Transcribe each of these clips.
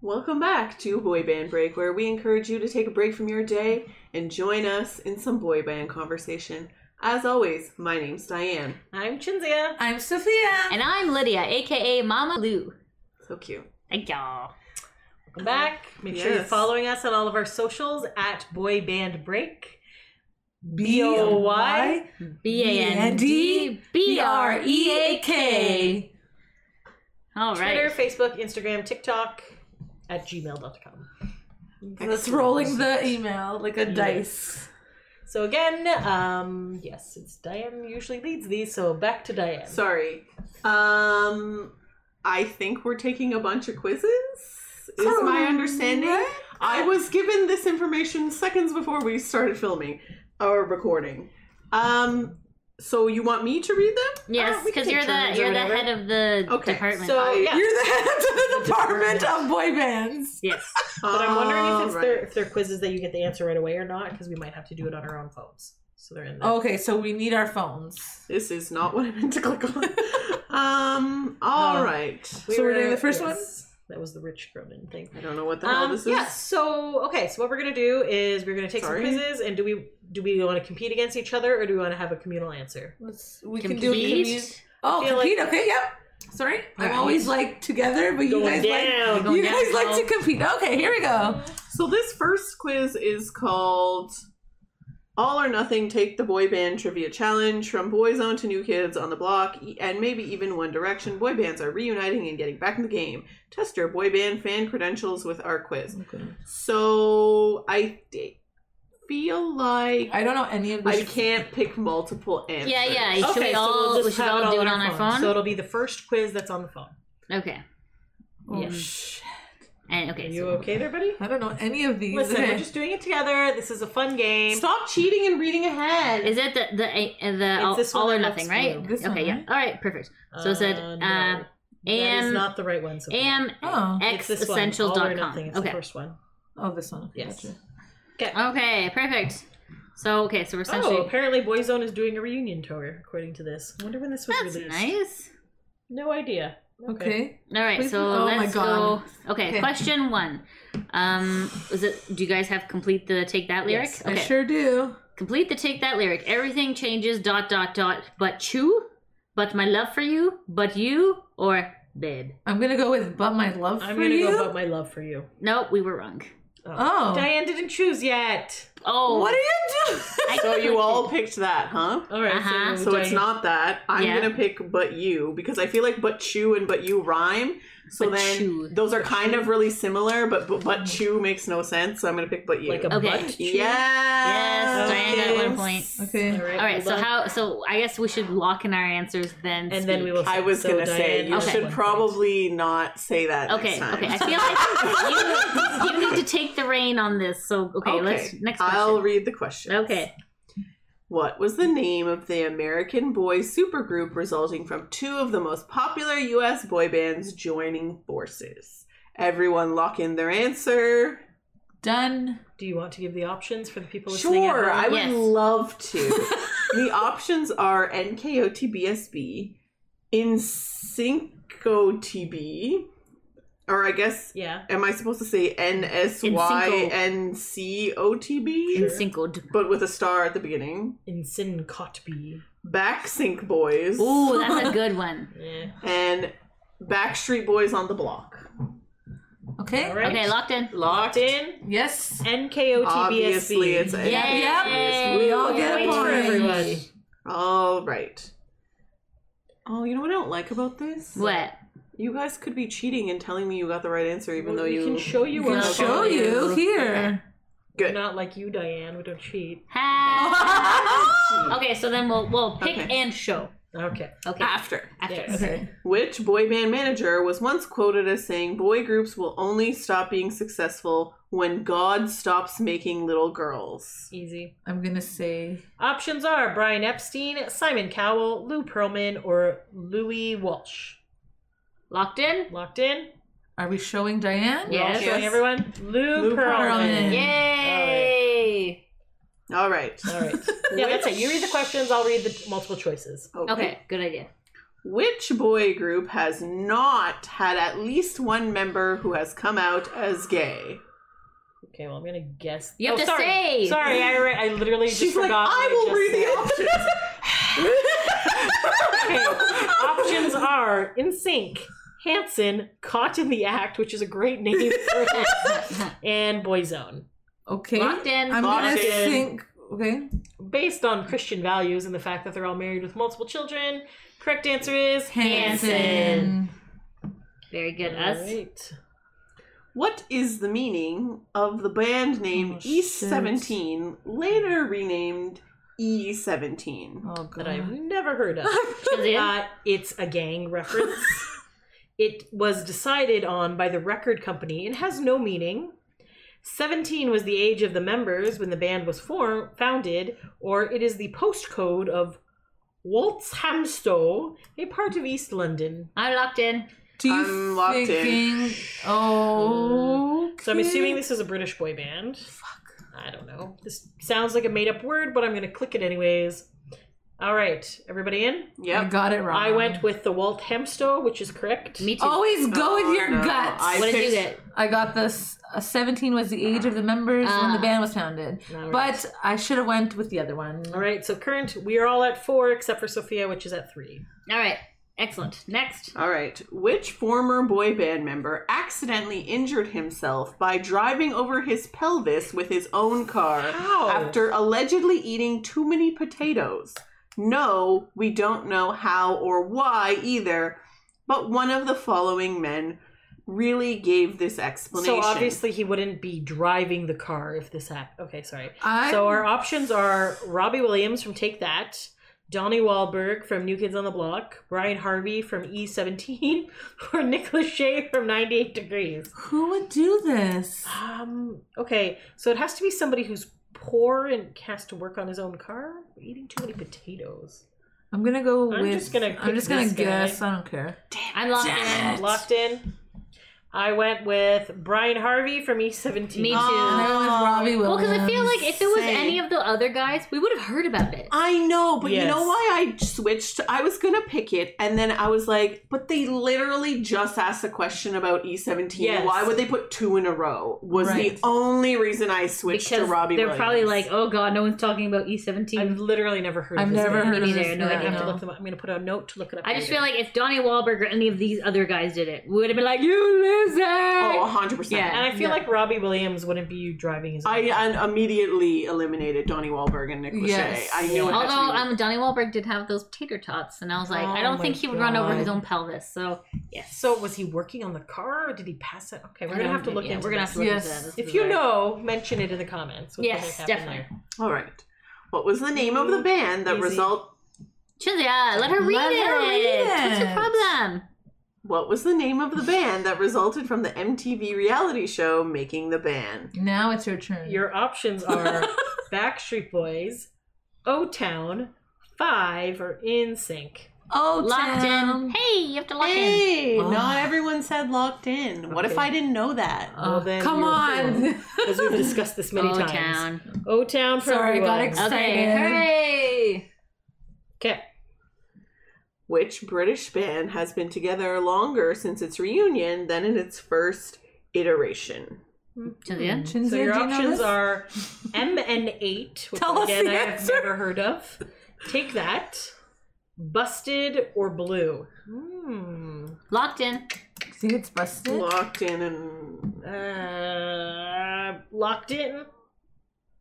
Welcome back to Boy Band Break, where we encourage you to take a break from your day and join us in some boy band conversation. As always, my name's Diane. I'm Chinzia. I'm Sophia. And I'm Lydia, aka Mama Lou. So cute. Thank y'all. Welcome back. Make sure you're Yes. following us on all of our socials at Boy Band Break. B A N D B R E A K. All Twitter, right. Facebook, Instagram, TikTok at gmail.com. That's rolling the email like a dice. So again, um, yes, it's Diane usually leads these, so back to Diane. Sorry. Um, I think we're taking a bunch of quizzes. Is my understanding? Correct. I was given this information seconds before we started filming or recording. Um, so you want me to read them? Yes, Ah, we can because take you're the turns or you're the whatever. head of the Okay, department. so- I- yeah. You're the head of the department of boy bands. yes. But I'm wondering if it's All their, right. if they're quizzes that you get the answer right away or not, because we might have to do it on our own phones. So they're in there. Okay, so we need our phones. This is not what I meant to click on. um, All No. right. so we're doing the first one? That was the Rich Groban thing. I don't know what the hell Um, this is. yeah, so okay, so what we're gonna do is we're gonna take Sorry. some quizzes and do we do we wanna compete against each other or do we wanna have a communal answer? Let's, we can do it. Compete. commu- Oh, I feel like- compete. okay, yep. Sorry, Alright. I'm always like together, but you Going guys down. like Going you down, guys like y'all. to compete. Okay, here we go. So this first quiz is called All or Nothing Take the Boy Band Trivia Challenge from Boyzone to New Kids on the Block e- and maybe even One Direction. Boy bands are reuniting and getting back in the game. Test your boy band fan credentials with our quiz. So I d- feel like I, I don't know any of this. can't pick multiple answers. Yeah, yeah, you Should we all- we should have all do it on our phone? So it'll be the first quiz that's on the phone. Okay. Oh, Yes. shit. And Are okay. you so- okay there, buddy? I don't know any of these. Listen, Okay. we're just doing it together. This is a fun game. Stop cheating and reading ahead. Is it the the uh, the It's all, this all one or that nothing, looks right? blue. This okay. one, yeah. right? All right. Perfect. So it said, Uh, uh, no. that is am not the right one. Sophia. am Oh. It's this one, All or Nothing. xessential.com. It's the Okay. first one. oh, this one. Okay, Yes. gotcha. Okay. Perfect. So okay. So we're essentially. Oh, apparently Boyzone is doing a reunion tour, according to this. I wonder when this was that's released. nice. No idea. Okay. All right, Please- so oh my let's God. go. Okay, Okay. question one. Um, was it? Do you guys have complete the take that lyric? Yes, okay, I sure do. complete the take that lyric. Everything changes. Dot dot dot. But you, but my love for you, but you or babe. I'm gonna go with "But My Love for I'm gonna You." go about my love for you. Uh, No, we were wrong. oh, Diane didn't choose yet. Oh, what are you doing? I so you clicked all it. picked that, huh? All right, Uh-huh. so, So it's Diane- not that. I'm Yeah. gonna pick but you because I feel like but you and but you rhyme. So But then you. those are kind of really similar, but but, but you makes no sense. So I'm gonna pick but you. like a Okay. butt. chew? yes. Yes, Diane got one Yes. point. okay. All right. All right, so love- how? So I guess we should lock in our answers then. And then we speak. will. I was so gonna Diane, say you have should one point. probably not say that. next Okay, time. okay. I feel like you, you need to take the reign on this. So okay, let's next question. I'll read the question. okay. What was the name of the American boy supergroup resulting from two of the most popular US boy bands joining forces? Everyone lock in their answer. Done. Do you want to give the options for the people listening? Sure, at I home? would Yes. love to. the options are NKOTBSB, InSyncOTB, or I guess, Yeah. am I supposed to say NSYNCOTB? Sure. Singled. But with a star at the beginning. In Sin Cotby. Backsync Boys. Ooh, that's a good one. Yeah. And Backstreet Boys on the Block. Okay. All right. Okay, locked in. Locked in. Yes. NKOTBSB. Obviously, it's Yay. NKOTBSB. We all get Wait a for everyone. point. All right. Oh, you know what I don't like about this? What? You guys could be cheating and telling me you got the right answer, even though we you can show you. We one. can Well, show you here. good. Not like you, Diane. We don't cheat. Ha. Okay, so then we'll we'll pick Okay. and show. Okay. Okay. After. After. yeah. okay. Which boy band manager was once quoted as saying, "Boy groups will only stop being successful when God stops making little girls." Easy. I'm gonna say Options are Brian Epstein, Simon Cowell, Lou Pearlman, or Louis Walsh. Locked in. Locked in. Are we showing Diane? Yeah. We're all Yes. showing everyone. Lou, Lou Pearlman. Pearlman. Yay. All right. All right. Yeah, that's it. You read the questions. I'll read the multiple choices. Okay. Good idea. Which boy group has not had at least one member who has come out as gay? Okay, well, I'm gonna guess. Oh, You have to sorry. say. Sorry, I, re- I literally just She's like, forgot. what I will just read said." the options. Okay. Options are In Sync, Hanson, Caught in the Act, which is a great name for it, and Boyzone. Okay. Locked in. I'm Locked gonna in. think. Okay. Based on Christian values and the fact that they're all married with multiple children, correct answer is Hanson. Hanson. Very good. All Us. right. What is the meaning of the band name Oh, East shit. 17, later renamed E E17? Oh That I've never heard of. Chills in. Uh, it's a gang reference. it was decided on by the record company and has no meaning. 17 was the age of the members when the band was form- founded, or it is the postcode of Walthamstow, a part of East London. I'm locked in. Do you I'm locked in. thinking? Oh. So I'm assuming this is a British boy band. Fuck. I don't know. This sounds like a made up word, but I'm going to click it anyways. All right, everybody in? I Yep. got it wrong. I went with the Walthamstow, which is correct. Me too. Always go Oh, with your no. guts. I what did you picked- get? I got this. Uh, Seventeen was the age of the members when the Ah. band was founded, All right. but I should have went with the other one. All right, so current, we are all at four except for Sophia, which is at three. All right. Excellent. Next. All right. Which former boy band member accidentally injured himself by driving over his pelvis with his own car How? after allegedly eating too many potatoes? No, we don't know how or why either, but one of the following men really gave this So explanation. obviously he wouldn't be driving the car if this happened. Okay, sorry. I So our options are Robbie Williams from Take That, Donnie Wahlberg from New Kids on the Block, Brian Harvey from E17, or Nick Lachey from 98 Degrees. who would do this? Um, okay, so it has to be somebody who's poor and has to work on his own car, eating too many potatoes. I'm gonna go I'm with. just gonna I'm pick just gonna this guy. guess. I don't care. I'm locked in. Locked in. I went with Brian Harvey from E E17. Me And too. I Oh. went with Robbie well, Williams. because I feel like if it was Same. any of the other guys, we would have heard about it. I know, but you know Yes. why I switched? I was gonna pick it, and then I was like, but they literally just asked a question about E17. Yes. Why would they put two in a row? Was Right. the only reason I switched Because to Robbie. they're Williams. probably like, oh god, no one's talking about E E17. I've literally never heard I've of this never band. heard of Me this. neither, no, I'm band, gonna have to no. look them up. I'm gonna put a note to look it up. I just later. feel like if Donnie Wahlberg or any of these other guys did it, we would have been like, you loser! oh, 100 percent. Yeah. and I feel Yeah. like Robbie Williams wouldn't be you driving his. I own. and immediately eliminated Donnie Wahlberg and Nick Lachey. Yes. I knew it. had to Although be- um, Donnie Wahlberg did have those tater tots, and I was like, Oh I don't my think he would run over his God. own pelvis. So so was he working on the car or did he pass it? Okay, we're gonna have to look Yeah, into. We're gonna this. have to look Yes. into that. This If is you our- know, mention it in the comments. what the Yes, heck happened definitely. All right. What was the name of the band that Easy. result? Chizia, uh, let her read Let it. her read What's your it. problem? What was the name of the band that resulted from the MTV reality show Making the Band? Now it's your turn. there. Your options are Backstreet Boys, O Town, Five, or In Sync. oh, Locked in. Tim. Hey, you have to lock in. Hey, Oh. not everyone said locked in. What if Okay. I didn't know that? Oh, Ah, Well, then come you're a on. As we've discussed this many Oh, times. town. O Town for Sorry, I everyone. got excited. Okay, Excited. hooray! Okay. Which British band has been together longer since its reunion than in its first iteration? Chizia, Chinzia, So do you your know options this? are MN8, which Tell us again the I have answer. never heard of. Take that. Busted or blue. Hmm. locked in. See, it's busted. Locked in and Uh, locked in.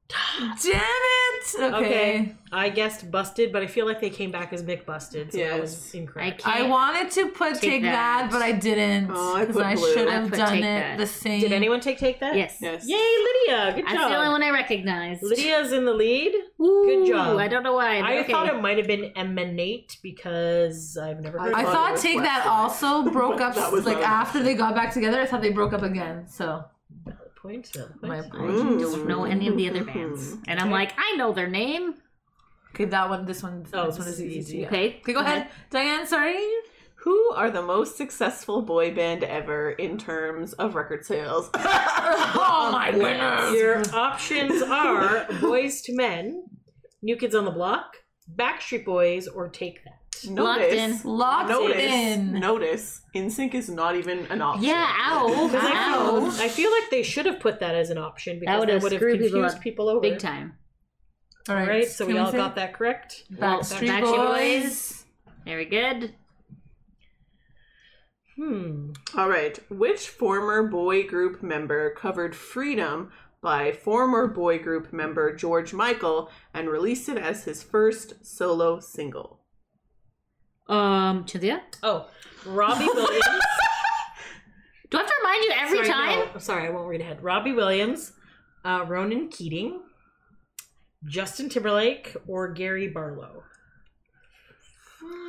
Damn it. Okay. Okay. I guessed busted, but I feel like they came back as McBusted, so that was Yes. I incorrect. can't. I wanted to put take, that. that. but I didn't Oh, I because put I, blue. should I have put done it take that. the same. Did anyone take take that? Yes. yes. Yay, Lydia! Good That's job. the only one I recognized. Lydia's in the lead. Ooh, good job. I don't know why. but I okay. thought it might have been emanate because I've never I heard. I thought of it. it thought was Take That Westlife. also broke up That was like not an after they got back together. I thought they broke up again. So Valid point. valid point. my I Mm. don't know any of the other bands, and I'm like, I know their name. okay, that one, this one, Oh, this one this is is easy. easy. yeah. Okay, Okay, go ahead, Diane. Sorry. Who are the most successful boy band ever in terms of record sales? Oh my goodness. Your options are Boys to Men, New Kids on the Block, Backstreet Boys, or Take That. Locked in. Notice. Locked Notice. in. Notice. In sync is not even an option. Yeah, ow. Because I, ow. feel, I feel like they should have put that as an option because would that have would have screwed confused people people, up over. Big time. All All right, so we all got that correct. Well, Backstreet Boys. Backstreet Boys. Very good. Hmm. All right. Which former boy group member covered Freedom by former boy group member George Michael and released it as his first solo single? Um, Cynthia? Oh, Robbie Williams. Do I have to remind you every Sorry, time? no, sorry, I won't read ahead. Robbie Williams, uh, Ronan Keating, Justin Timberlake, or Gary Barlow.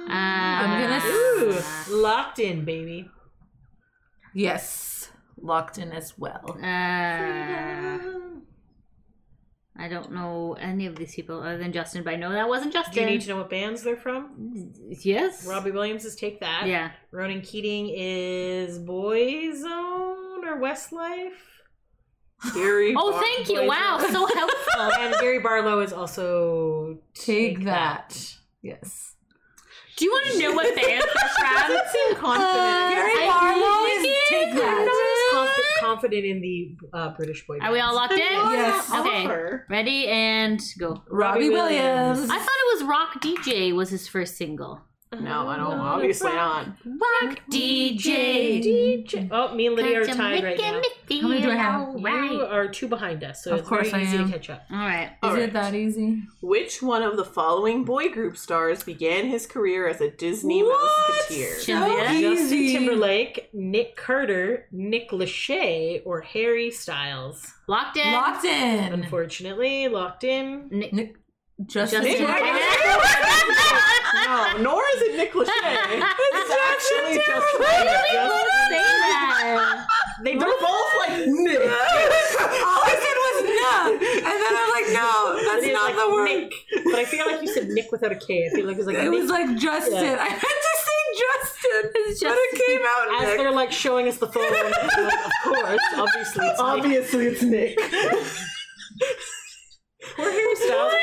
Uh, I'm gonna- Uh, Ooh, locked in, baby. Yes. Locked in as well. Uh, I don't know any of these people other than Justin, but I know that wasn't Do you Justin. need to know what bands they're from? yes. Robbie Williams is Take That. Yeah. Ronan Keating is Boyzone or Westlife. Gary Oh, Bar- thank you. Wow, so helpful. Oh, and Gary Barlow is also Take, that. Yes. Do you want to know what band they're from? Doesn't seem confident. Gary I Barlow think is Uh, Take it That. Conf- confident in the uh, British boy. Are we all locked in? Yes. Okay. Offer. Ready and go. Robbie Robbie Williams. Williams. I thought it was Rock DJ was his first single. No, I don't. Obviously not. Rock DJ. DJ. Mm-hmm. Oh, me and Lydia are tied right now. How many do I have? You are two behind us, so Of it's course very I easy am. to catch up. All right. All Is right. it that easy? Which one of the following boy group stars began his career as a Disney Musketeer? Cynthia? Justin Timberlake, Nick Carter, Nick Lachey, or Harry Styles. Locked in. Locked in. Unfortunately, locked in. Nick- Nick- Justin, Justin Timberlake. No, nor is it Nick Lachey. It's actually just They They're both. both like Nick. All I said was no. And then I'm like, no, that's Lydia, not like, the word. Nick. But I feel like you said Nick without a K. I feel like it's like Nick. It was like Justin. Yeah. I had to say Justin, but Justin. it came out as Nick. they're like showing us the photo, and I'm like, of course, obviously, it's Nick. Obviously, it's Nick. Or Harry Styles. but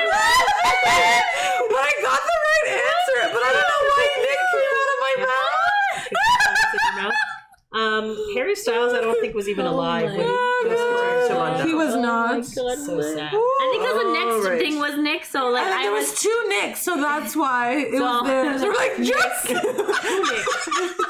I got the right answer, but I don't know why Nick came out of my mouth. Um, Harry Styles, I don't think was even alive when he Oh, was returned to God. London. He was not. so sad. I think that's the next Alright. thing was Nick. So like And then I there was was two Nicks, so that's why it So- was there. They're like Justin.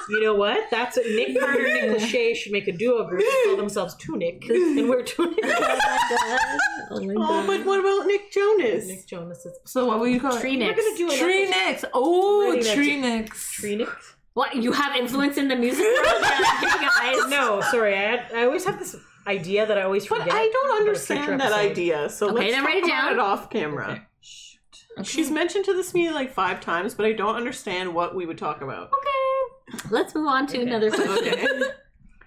You know what? That's what Nick Carter, Nick Lachey should make a duo group and call themselves Tunic, and we're Tunic. oh, but what about Nick Jonas? Nick Jonas is So what would you call Tree We're it? gonna Nick. do another Tree Nicks. Oh, Ready, Tree Nicks. Tree Nick. What you have influence in the music world? guys? No, sorry, I, had, I always have this idea that I always forget. But I for a don't future understand that episode. idea, so Okay, let's then talk write it about down. it off camera. She's mentioned to this to me like five times, but I don't understand what we would talk about. Let's move on to another question. Okay.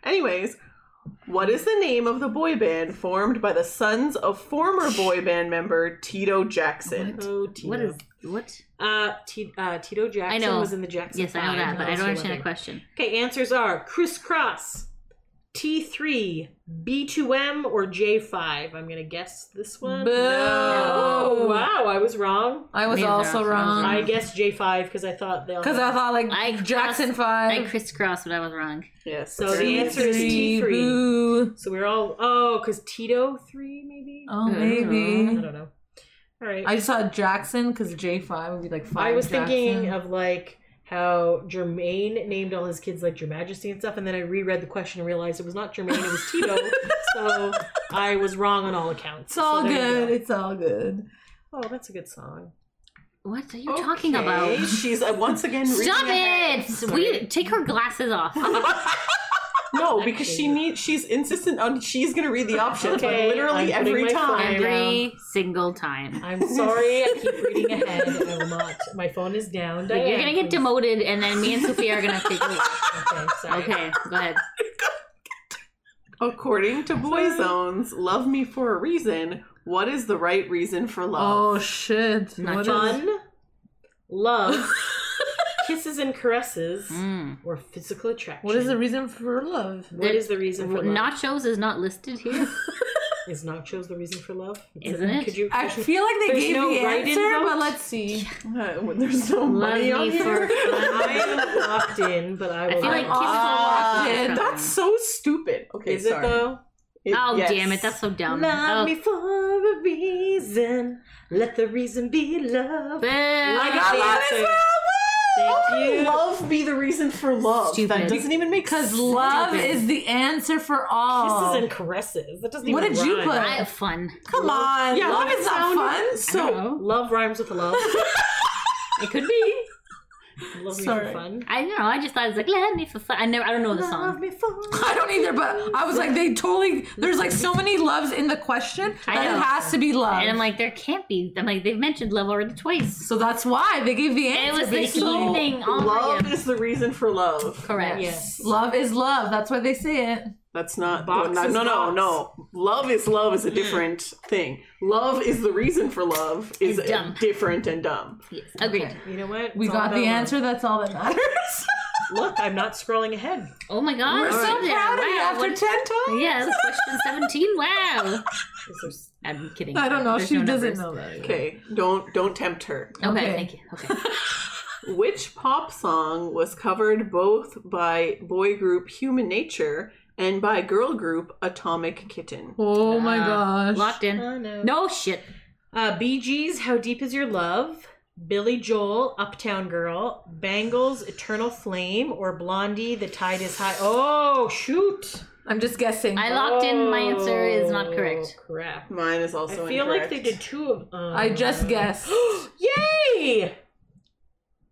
Anyways, what is the name of the boy band formed by the sons of former boy band member Tito Jackson? Oh, Tito. What is what? Uh, T- uh, Tito Jackson I know. was in the Jackson. Yes, I know Five, that, but I also don't understand loving. the question. Okay, answers are crisscross, T3, B2M, or J5. I'm gonna guess this one. Boo. Oh, wow, I was wrong. I was Names are also also wrong. I guessed J5 because I thought they all. Because I thought like Um, I Jackson crossed- I Five. crisscrossed, but I was wrong. Yes. So the answer is Three, T3. boo. So we're all. Oh, because Tito 3, maybe? Oh, Mm. I maybe. don't know. All right. I just saw Jackson because J Five would be like five. I was Jackson. thinking of like how Jermaine named all his kids like Your Majesty and stuff, and then I reread the question and realized it was not Jermaine, it was Tito. so I was wrong on all accounts. It's all So there you good. go. It's all good. Oh, that's a good song. What are you talking about? Okay, She's uh, once again. Stop reading ahead. it! We take her glasses off. No, because she needs. She's insistent on. She's gonna read the options, like, Okay, I'm literally putting every my time. phone- Every single time. I'm sorry, I keep reading ahead. I will not. My phone is down. But you're gonna Diane, get please. demoted, and then me and Sophia are gonna take you. Okay, sorry. Okay, go ahead. According to Boyzone's "Love Me for a Reason," what is the right reason for love? Oh shit! Not What is- Fun, love, kisses and caresses, Mm. or physical attraction. What is the reason for love? What is the reason for love? Nachos is not listed here. Is nachos the reason for love? Isn't it? Could you? I feel like they There's gave no the right answer, involved? but let's see. Uh, when there's no Oh. Love money on me for here. fun. I am locked in, but I I will. feel like not. kids are Ah, locked in. That's so stupid. Okay, Is it sorry. though? Oh yes. damn it! That's so dumb. Love oh, me for a reason. Let the reason be love. boo. I got love as Thank you. Love be the reason for love. That Stupid. doesn't even make Because sense. love Stupid. is the answer for all. Kisses and caresses. That doesn't. What even did you rhyme. put? I have fun. Come on, Yeah, love love is not sound- fun. So Oh, Love rhymes with love. it could be. Love me for Sorry. fun. I don't know. I just thought it was like love me for fun. I never. I don't know the Love song. me for. I don't either, but I was like, they totally. There's like so many loves in the question I that it know. has to be love. And I'm like, there can't be. I'm like, they've mentioned love already twice. so that's why they gave the It answer. was the basically. key thing. All love love. is the reason for love. Correct. Yes. Love is love. That's why they say it. That's not Box no, is no no box. no. Love is love is a different thing. Love is the reason for love is Is dumb. different and dumb. Yes. Agreed. You know what? We It's all got the about answer. That's all that matters. love. Look, I'm not scrolling ahead. Oh my god. We're so Wow. proud of you Wow. after ten times. Yeah, that's question 17. Wow. I'm kidding. I don't know. There's she no doesn't numbers. know that. Okay, don't don't tempt her. Okay, Okay. thank you. Okay. Which pop song was covered both by boy group Human Nature and by girl group Atomic Kitten? Oh my Uh, gosh. Locked in. Oh, no. No shit. Uh, Bee Gees, How Deep Is Your Love? Billy Joel, Uptown Girl. Bangles, Eternal Flame. Or Blondie, The Tide Is High. Oh, shoot. I'm just guessing. I locked in. My answer is not correct. Oh, Crap. Mine is also I feel like they did incorrect. two of them. I just guessed. Yay!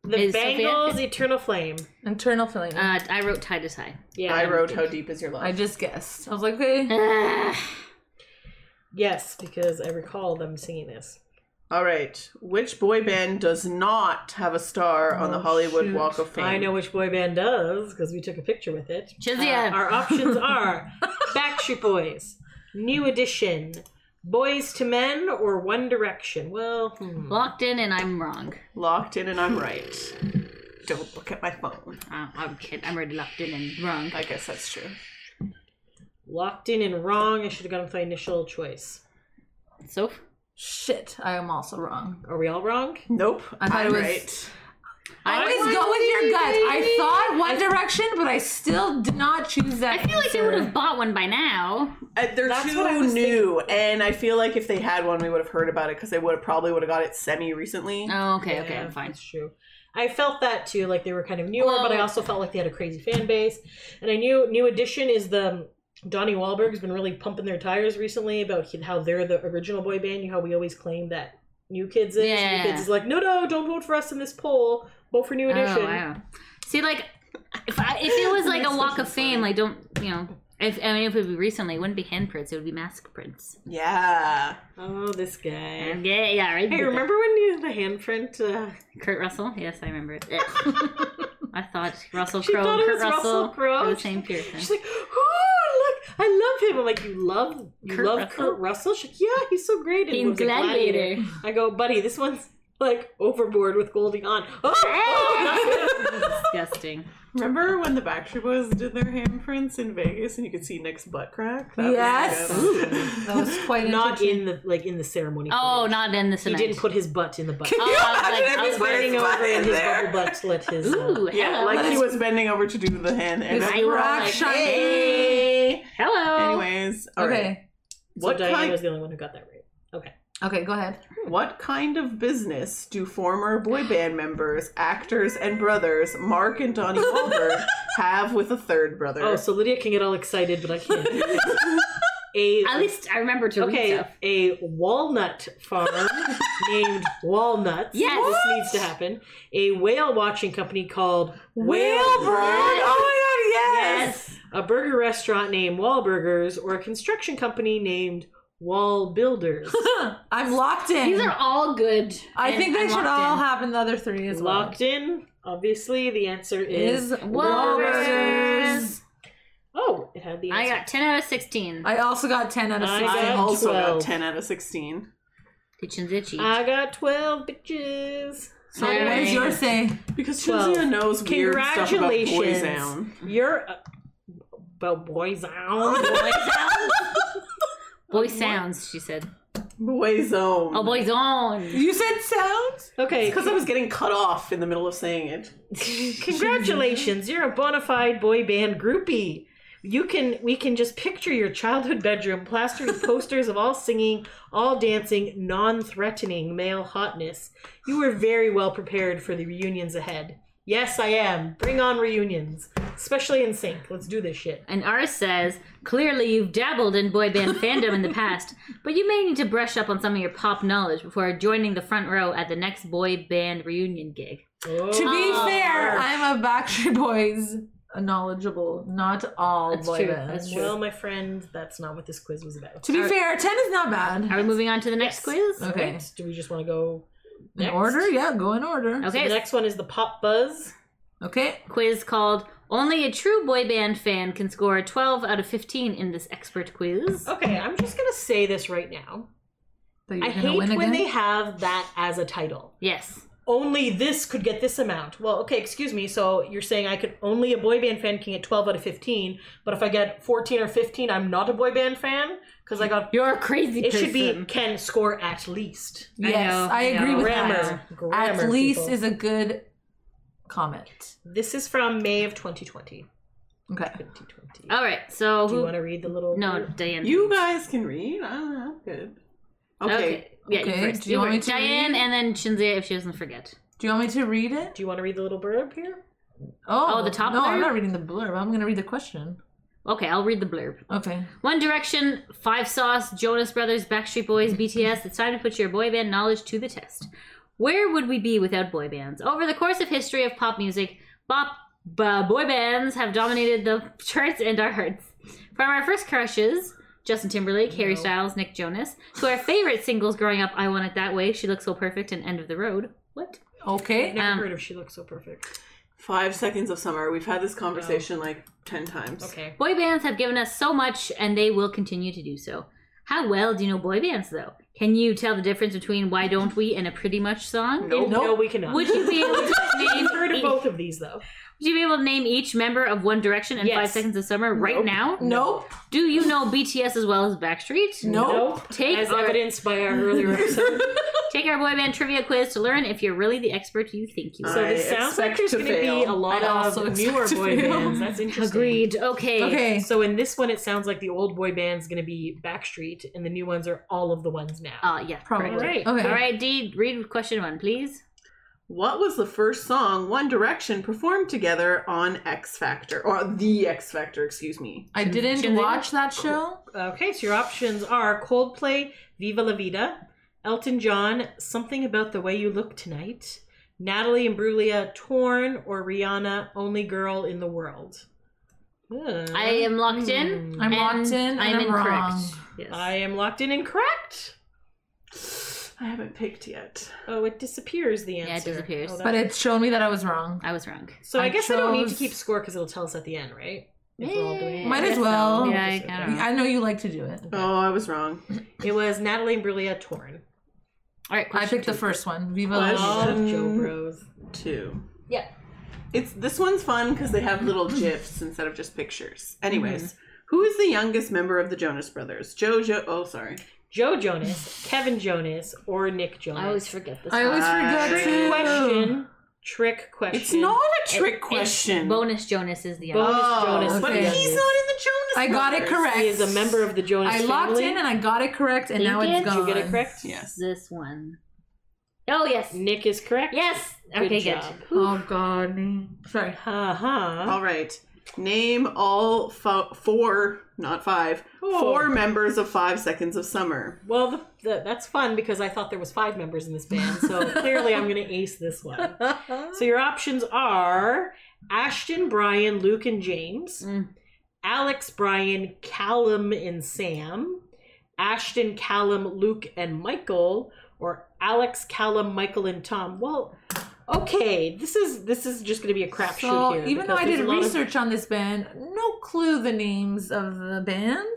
The Is Sophia- Bangles, Eternal Flame. Internal feeling. Uh, I wrote tie to tie. Yeah. I wrote How Deep Is Your Love. I just guessed. I was like, okay. Ah, Yes, because I recall them singing this. All right. Which boy band does not have a star on the Oh, Hollywood shoot. Walk of Fame? I know which boy band does because we took a picture with it. Chizia. Uh, our options are Backstreet Boys, New Edition, Boys to Men, or One Direction. Well, hmm. Locked in and I'm wrong. Locked in and I'm right. Don't look at my phone. Uh, I'm kidding. I'm already locked in and wrong. I guess that's true. locked in and wrong. I should have gone with my initial choice. So, Shit, I am also wrong. Are we all wrong? Nope. I thought I'm it was- right. I always go with your gut. I thought One Direction, but I still did not choose that. I feel like they answer. would have bought one by now. Uh, they're That's what I too was new, and I feel like if they had one, we would have heard about it because they would have probably would have got it semi recently. Oh, okay, okay, Yeah, I'm fine. That's true. I felt that too. Like they were kind of newer, but I Well- also felt like they had a crazy fan base. And I knew New Edition is the Donnie Wahlberg's been really pumping their tires recently about he- how they're the original boy band. You know how we always claim that New Kids is. Yeah. New Kids is like, no, no, don't vote for us in this poll. Vote for New Edition. Oh, wow. See, like, if, I, if it was like a That's Walk such of a Fame, sign. like, don't, you know, if, I mean, if it would be recently, it wouldn't be handprints, it would be mask prints. Yeah. Oh, this guy. Yeah, yeah, right. Hey, remember when you, the handprint? Uh, Kurt Russell? Yes, I remember it. Yeah. I thought Russell She Crowe thought and it Kurt was Russell Russell Crowe. were the same person. she's like, oh, look, I love him. I'm like, you love, you Kurt love Russell? Kurt Russell? She's like, yeah, he's so great. in In what was it, Gladiator. I go, buddy, this one's like overboard with Goldie on. Oh, oh, Disgusting. Remember when the Backstreet Boys did their handprints in Vegas and you could see Nick's butt crack? was Yes. good. that was quite not entertaining. in the like in the ceremony. Oh, footage. not in this he event. didn't put his butt in the butt. Oh, I was like, I was wearing Bending his butt over in and his there. bubble butt to let his. uh, Ooh, Yeah, hello. like he was bending over to do the hand, and His everyone crack was like, shot. hey. hello. Anyways, all right. okay. so What Diana kind? was the only one who got that right. Okay, go ahead. What kind of business do former boy band members, actors, and brothers Mark and Donnie Wahlberg have with a third brother? Oh, so Lydia can get all excited, but I can't. A At least I remember to read okay, stuff. a walnut farm named Walnuts. Yes. this needs to happen. A whale watching company called Whale bird. Yes. Oh my god, yes. Yes. a burger restaurant named Wahlburgers, or a construction company named Wall Builders. I'm locked in. These are all good. I and think they I'm should locked all in. happen. The other three as well. Locked in. Obviously, the answer is. Is Walrus. Walrus. Oh, it had the I answer. got 10 out of 16. I also got ten out of I six. I got also 12. got 10 out of 16. Kitchen's itchy. I got 12 bitches. So All what is right. your say? Because Well, Shinzia knows weird stuff about congratulations. Boyzound. You're. Uh, well, boys out. Boys out. Boy sounds, she said. Boyzone. Oh, boy's on. You said sounds? Okay, Because I was getting cut off in the middle of saying it. Congratulations, you're a bona fide boy band groupie. You can we can just picture your childhood bedroom plastered with posters of all singing, all dancing, non-threatening male hotness. You were very well prepared for the reunions ahead. Yes, I am. Bring on reunions, especially in sync. Let's do this shit. And ours says, clearly you've dabbled in boy band fandom in the past, but you may need to brush up on some of your pop knowledge before joining the front row at the next boy band reunion gig. To be Oh. fair, I'm a Backstreet Boys knowledgeable, not all That's boy true, bands. that's true. well, my friend, that's not what this quiz was about. To be fair, 10 is not bad. Are we moving on to the next quiz? Okay. Right? Do we just want to go? In Next. order? Yeah, go in order. Okay, The next one is the pop buzz. Okay. quiz called Only a True Boy Band Fan Can Score a 12 out of 15 in this expert quiz. Okay, I'm just gonna say this right now. So you're I gonna hate win when again? they have that as a title. Yes. Only this could get this amount. Well, okay, excuse me. So you're saying I could only a boy band fan can get 12 out of 15, but if I get 14 or 15, I'm not a boy band fan because I got. You're a crazy It person. should be can score at least. Yes, know, I, I agree know. with Grammar. that. grammar At least people. is a good comment. This is from May of 2020. Okay. 2020. Oh, All right, so Do who. you want to read the little? No, Diane. You guys can read. I don't know. I'm good. Okay. Okay. Yeah, Okay, you first. do you want me first. to Diane read? and then Shinzia if she doesn't forget. Do you want me to read it? Do you want to read the little blurb here? Oh, Oh, the top No, I'm blurb? not reading the blurb. I'm going to read the question. Okay, I'll read the blurb. Okay. One Direction, Five Sauce, Jonas Brothers, Backstreet Boys, BTS. It's time to put your boy band knowledge to the test. Where would we be without boy bands? Over the course of history of pop music, bop, ba- boy bands have dominated the charts and our hearts. From our first crushes, Justin Timberlake, Harry Styles, Nick Jonas, to our favorite singles growing up, I Want It That Way, She Looks So Perfect, and End of the Road. What? I've Okay. never Um, heard of She Looks So Perfect. Five seconds of summer. We've had this conversation like ten times. Okay. Boy bands have given us so much, and they will continue to do so. How well do you know boy bands, though? Can you tell the difference between "Why Don't We" and a "Pretty Much" song? Nope. No, we cannot. Would you be able to name? I've heard of each, both of these though. Would you be able to name each member of One Direction and Yes. Five Seconds of Summer right Nope. now? Nope. Do you know BTS as well as Backstreet? Nope. Take Oh. as our- evidenced by our earlier episode. Take our boy band trivia quiz to learn if you're really the expert you think you So are. I this sounds like expect there's to going to be fail. a lot I also of newer expect to boy fail. bands. That's interesting. Agreed. Okay. Okay. So in this one, it sounds like the old boy band's going to be Backstreet, and the new ones are all of the ones now. Uh, yeah. Probably. Alright. correct. Okay. All right, Dee, read question one, please. What was the first song One Direction performed together on X Factor? Or The X Factor, excuse me. I didn't Cheerleader? watch that show. Okay, so your options are Coldplay, Viva La Vida, Elton John, Something About the Way You Look Tonight, Natalie and Brulia, Torn, or Rihanna, Only Girl in the World. Hmm. I am locked in. I'm and locked in and I'm I'm incorrect. wrong. Yes. I am locked in incorrect. I haven't picked yet. Oh, it disappears. The answer. it disappears. Oh, that- But it showed me that I was wrong. I was wrong. so I, I guess I don't need to chose- keep score because it'll tell us at the end, right? If we're all doing it. Might as Yeah, well. Yeah, I I don't know. I know you like to do it. Oh, I was wrong. It was Natalie and Brulia Torn. All right, I question picked the two. first one. Viva Question. La Vida. Oh, Joe Bros. Two. Yeah. It's this one's fun because they have little gifs instead of just pictures. Anyways, who is the youngest member of the Jonas Brothers? Jojo. Oh, sorry. Joe Jonas, Kevin Jonas, or Nick Jonas. I always forget this. I always one. Trick forget to. question. Trick question. It's not a It- trick it's question. Bonus Jonas is the Bonus other. Oh, Jonas. but okay. he's not in the Jonas. I got it Brothers. correct. He is a member of the Jonas I family. locked in and I got it correct, and You now did? it's gone. you get it correct. Yes. This one. Oh yes, Nick is correct. yes. Good okay, job. good. Whew. Oh God. Sorry. Ha ha. All right. Name all fo- four, not five, Oh. four members of Five Seconds of Summer. Well, the, the, that's fun because I thought there was five members in this band, so clearly I'm going to ace this one. So your options are Ashton, Brian, Luke, and James, Mm. Alex, Brian, Callum, and Sam, Ashton, Callum, Luke, and Michael, or Alex, Callum, Michael, and Tom. Well, okay, this is this is just going to be a crapshoot So here. even though because I there's did a lot of- research on this band, no clue the names of the band.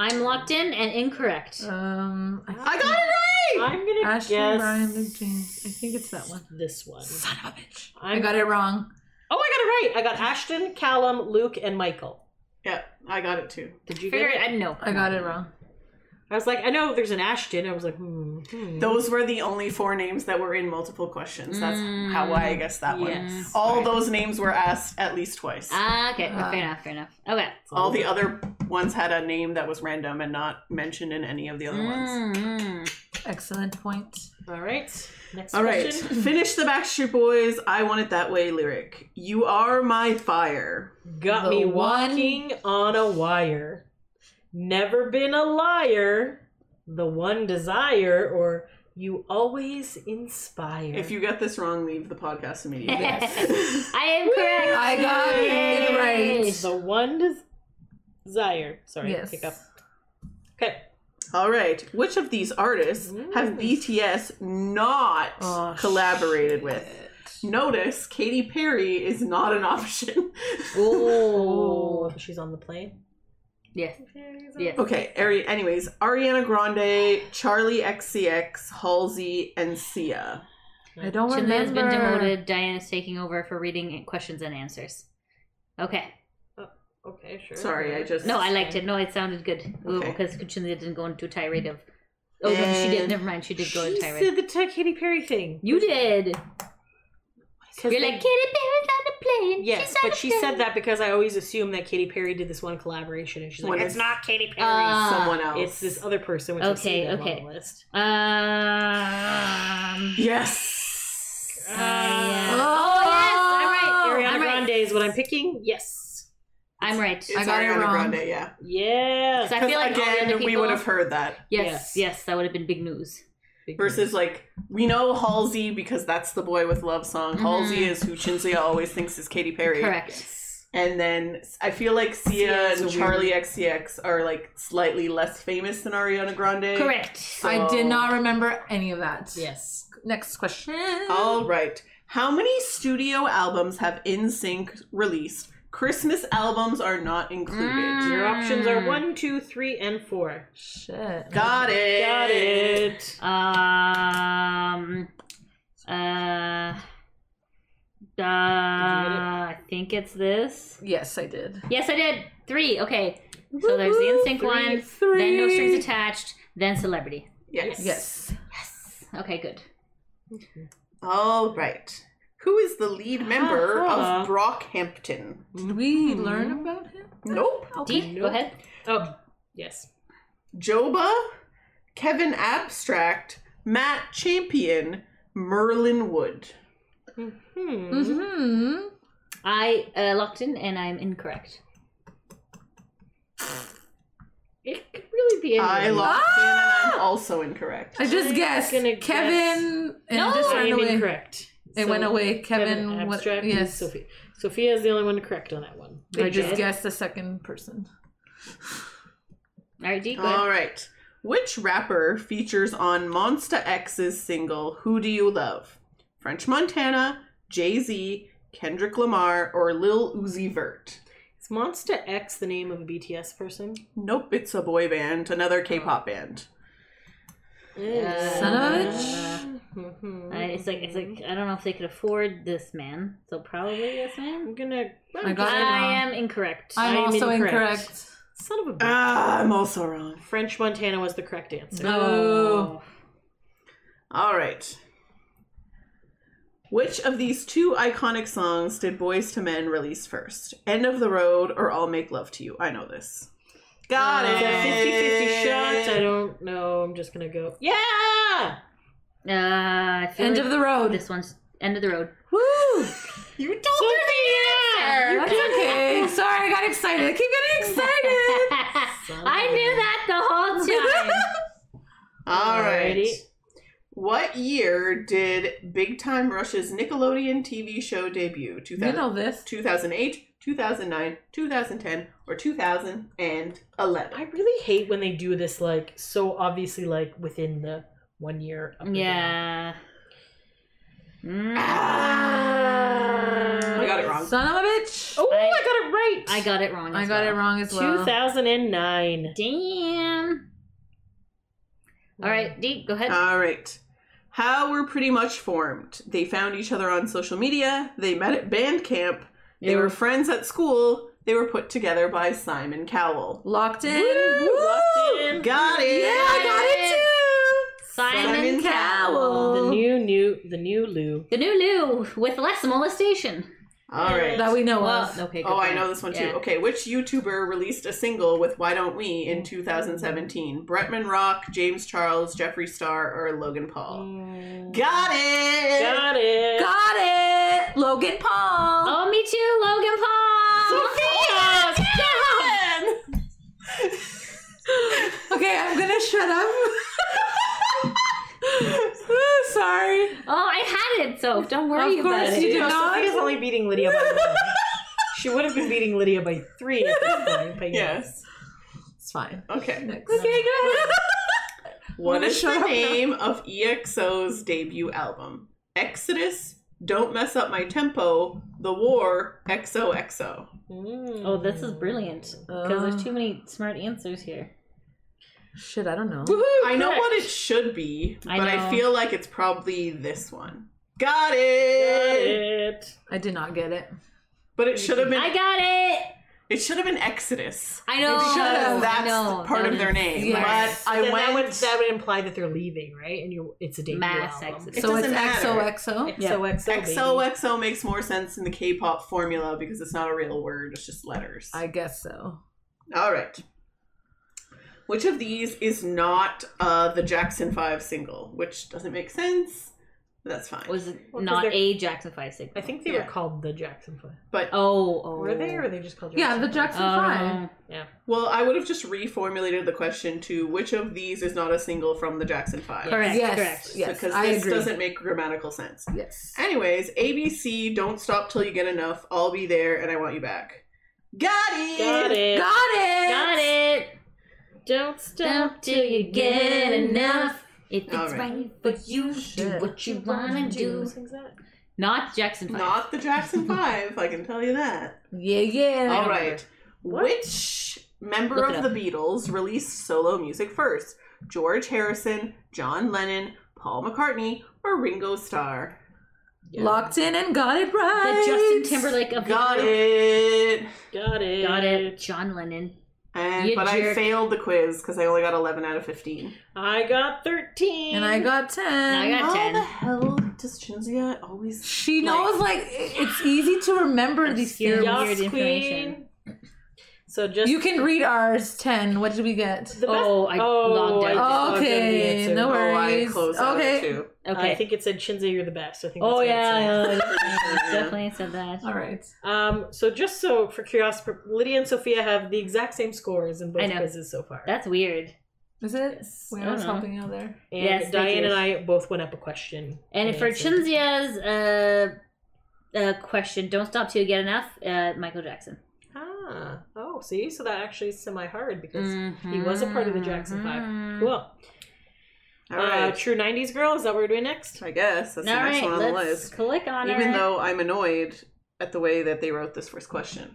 I'm locked in and incorrect. Um, I I got it right! I'm going to Ashton, guess Brian, Luke, James. I think it's that one. this one. Son of a bitch. I I'm, got it wrong. Oh, I got it right. I got Ashton, Callum, Luke, and Michael. Yeah, I got it too. Did you get Figure it? it. I know. I got it wrong. I was like, I know there's an Ashton. I was like, hmm. hmm. Those were the only four names that were in multiple questions. That's Mm, how why I guess that one. Yes. All Right. those names were asked at least twice. Ah, okay, Ah. fair enough, fair enough. Okay. All the other ones had a name that was random and not mentioned in any of the other ones. Mm, mm. Excellent point. All right. Next All right, question. finish the Backstreet Boys "I Want It That Way" lyric. You are my fire. Got The me one- walking on a wire. Never been a liar. The one desire, or you always inspire. If you get this wrong, leave the podcast immediately. I am correct. I got it Yay. right. the one des- desire. Sorry, Yes. pick up. Okay. All right, which of these artists have Mm. BTS not Oh, collaborated with? Notice Katy Perry is not an option. Oh, she's on the plane. Oh. Yes. Yes. Okay, Ari- anyways, Ariana Grande, Charlie XCX, Halsey, and Sia. I don't remember. Chandler's been demoted. Diana's taking over for reading questions and answers. Okay. Okay, sure. Sorry, I just- No, I liked it. No, it sounded good. Oh, Okay. Because Chandler didn't go into a tirade of. Oh, no, she did. And- Never mind. She did go she into tirade. said the t- Katy Perry thing. You did. 'Cause You're they- like Katy Perry's on the plane. Yes, She's on but the she plane." said that because I always assume that Katy Perry did this one collaboration, and she's like, When "It's it's- not Katy Perry. Ah. Someone else. it's this other person." Which Okay, okay, okay. okay. On the list. Um. Yes. uh, yeah. Oh yes, I'm right. Ariana I'm Grande right. is what I'm picking. Yes. I'm right. It's I got it Ariana wrong. Grande, yeah. Yeah. So I feel like all the again, other we people- would have heard that. Yes, yes, that would have been big news. Versus, like, we know Halsey because that's the boy with love song. Halsey Mhm. is who Chinzia always thinks is Katy Perry. Correct. And then I feel like Sia Sia's and a Charlie XCX are, like, slightly less famous than Ariana Grande. Correct. So- I did not remember any of that. Yes. Next question. All right. How many studio albums have InSync released? Christmas albums are not included. Mm. Your options are Mm. one, two, three, and four. Shit. Got it. Got it. Um. Uh. Uh, I think it's this. Yes, I did. Yes, I did. Three. Okay. So there's the instinct Three, one, three. then no strings attached, then celebrity. Yes. Yes. Yes. Okay, good. All right. Who is the lead member Uh-huh. of Brockhampton? Did we learn about him? Nope. Okay. D, go ahead. Oh, yes. Joba, Kevin Abstract, Matt Champion, Merlin Wood. Hmm. hmm I uh, locked in and I'm incorrect. It could really be. anyone. I locked in and I'm also incorrect. I just I'm guessed. gonna Kevin guess- and No! it just I ran am away. incorrect. It went away. Kevin, what- abstract and yes. Sophia. Sophia is the only one correct on that one. I Good just job. guessed the second person. All right, D, go ahead. All right. Which rapper features on Monsta X's single Who Do You Love? French Montana, Jay Z, Kendrick Lamar, or Lil Uzi Vert? Is Monster X the name of a BTS person? Nope, it's a boy band, another K pop band. Son of a bitch. Mhm. Uh, I, it's like it's like I don't know if they could afford this man, so probably this man. I'm gonna. I got it I wrong. am incorrect. I'm am also incorrect. incorrect. Son of a bitch. Ah, I'm also wrong. Uh, French Montana was the correct answer. Oh. All right. Which of these two iconic songs did Boys to Men release first? End of the Road or I'll Make Love to You? I know this. Got It's it. a 50-50 shot. I don't know. I'm just gonna go. Yeah. Uh, I feel End like of the road. This one's end of the road. Woo! You told me the answer. That's okay. Sorry, I got excited. I keep getting excited. I knew that the whole time. All right. Alrighty. What year did Big Time Rush's Nickelodeon TV show debut? You 2000, know this. 2008, 2009, 2010, or 2011? I really hate when they do this, like so obviously, like within the one year. up or down. yeah. Mm. I got it wrong. Son of a bitch. Oh, I, I- got it right. Ah. I got it wrong. I as got it well. wrong as well. 2009. Damn. All right, D, go ahead. All right. How were pretty much formed? They found each other on social media. They met at band camp. They were friends at school. They were put together by Simon Cowell. Locked in. Woo! Locked in. Got it. Yeah! new the new Lou. The new Lou with less molestation. All right. That we know Well, of. okay. good Oh, I point. know this one too. Yeah. Okay, which YouTuber released a single with "Why Don't We" in 2017? Bretman Rock, James Charles, Jeffree Star, or Logan Paul? Got it. Got it. Got it! Logan Paul! Oh, me too, Logan Paul. Okay, I'm gonna shut up. Sorry. Oh, I had it, so don't worry Of course about you it. did No, not. Sophia's only beating Lydia by one. she would have been beating Lydia by three at this point. But yeah. Yes. It's fine. Okay. Next. Okay, good. What gonna is shut the up now. name of EXO's debut album? Exodus, Don't Mess Up My Tempo, The War, XOXO. Oh, this is brilliant Uh, because there's too many smart answers here. Shit, I don't know. I know what it should be, I but I know. feel like it's probably this one. Got it. it. I did not get it. But it should have been I got it. it should have been Exodus. I know. It should've. Oh, I That's know. part That of their is name, smart. but I then that went- would that would imply that they're leaving, right? And you, it's a debut album. Mass Oh, exit. so it's doesn't matter. XOXO? XOXO. baby. XOXO makes more sense in the K-pop formula because it's not a real word, it's just letters. I guess so. All right. Which of these is not uh, the Jackson 5 single? Which doesn't make sense. That's fine. was Well, 'cause not they're- a Jackson Five Six. I think they Yeah. were called the Jackson Five. But, Oh, oh. Were they, or were they just called? Yeah, the Oh. Jackson 5. well, I would have just reformulated the question to which of these is not a single from the Jackson 5? Correct. Yes, Correct. yes, Because I this agree. doesn't make grammatical sense. Yes. Anyways, ABC, Don't Stop Till You Get Enough, I'll Be There, and I Want You Back. Got it! Got it. Got it! Got it. Don't Stop till you get enough. If it's All right. right, but you do Shit. what you wanna do. Not Jackson Five. Not the Jackson 5, I can tell you that. Yeah, yeah. All right. What? Which member Look of it the Beatles released solo music first? George Harrison, John Lennon, Paul McCartney, or Ringo Starr? Locked in and got it right. The Justin Timberlake of the Got group. it. Got it. Got it. John Lennon. And You but I jerk. failed the quiz because I only got eleven out of fifteen. I got thirteen. And I got 10. And I got- How 10. the hell does Chinzia always? she knows, like, it's easy to remember these Obscure things. weird Yas information. Queen. So just You can read ours 10. What did we get? The best- Oh, I logged I out. just logged out the Okay, answer. no Oh, I worries. closed out Okay. too. Oh, Okay. I think it said Shinze, you're the best. I think. That's oh what it said. yeah, Yeah. yeah. definitely said that. All right. Um. So just so for curiosity, Lydia and Sophia have the exact same scores in I both know. quizzes so far. That's weird. Is it? Wait, I was I don't know. helping out there. and Yes, they Diane do. and I both went up a question. And for answered. Chinzia's uh, uh, question, don't stop till you get enough. Uh, Michael Jackson. Ah. Oh, see, so that actually is semi-hard because. Mm-hmm. he was a part of the Jackson Five. Mhm. Cool. All Uh, right. True 90s Girl, is that what we're doing next? I guess that's the All next right, one on the let's list. click on Even it. though I'm annoyed at the way that they wrote this first question.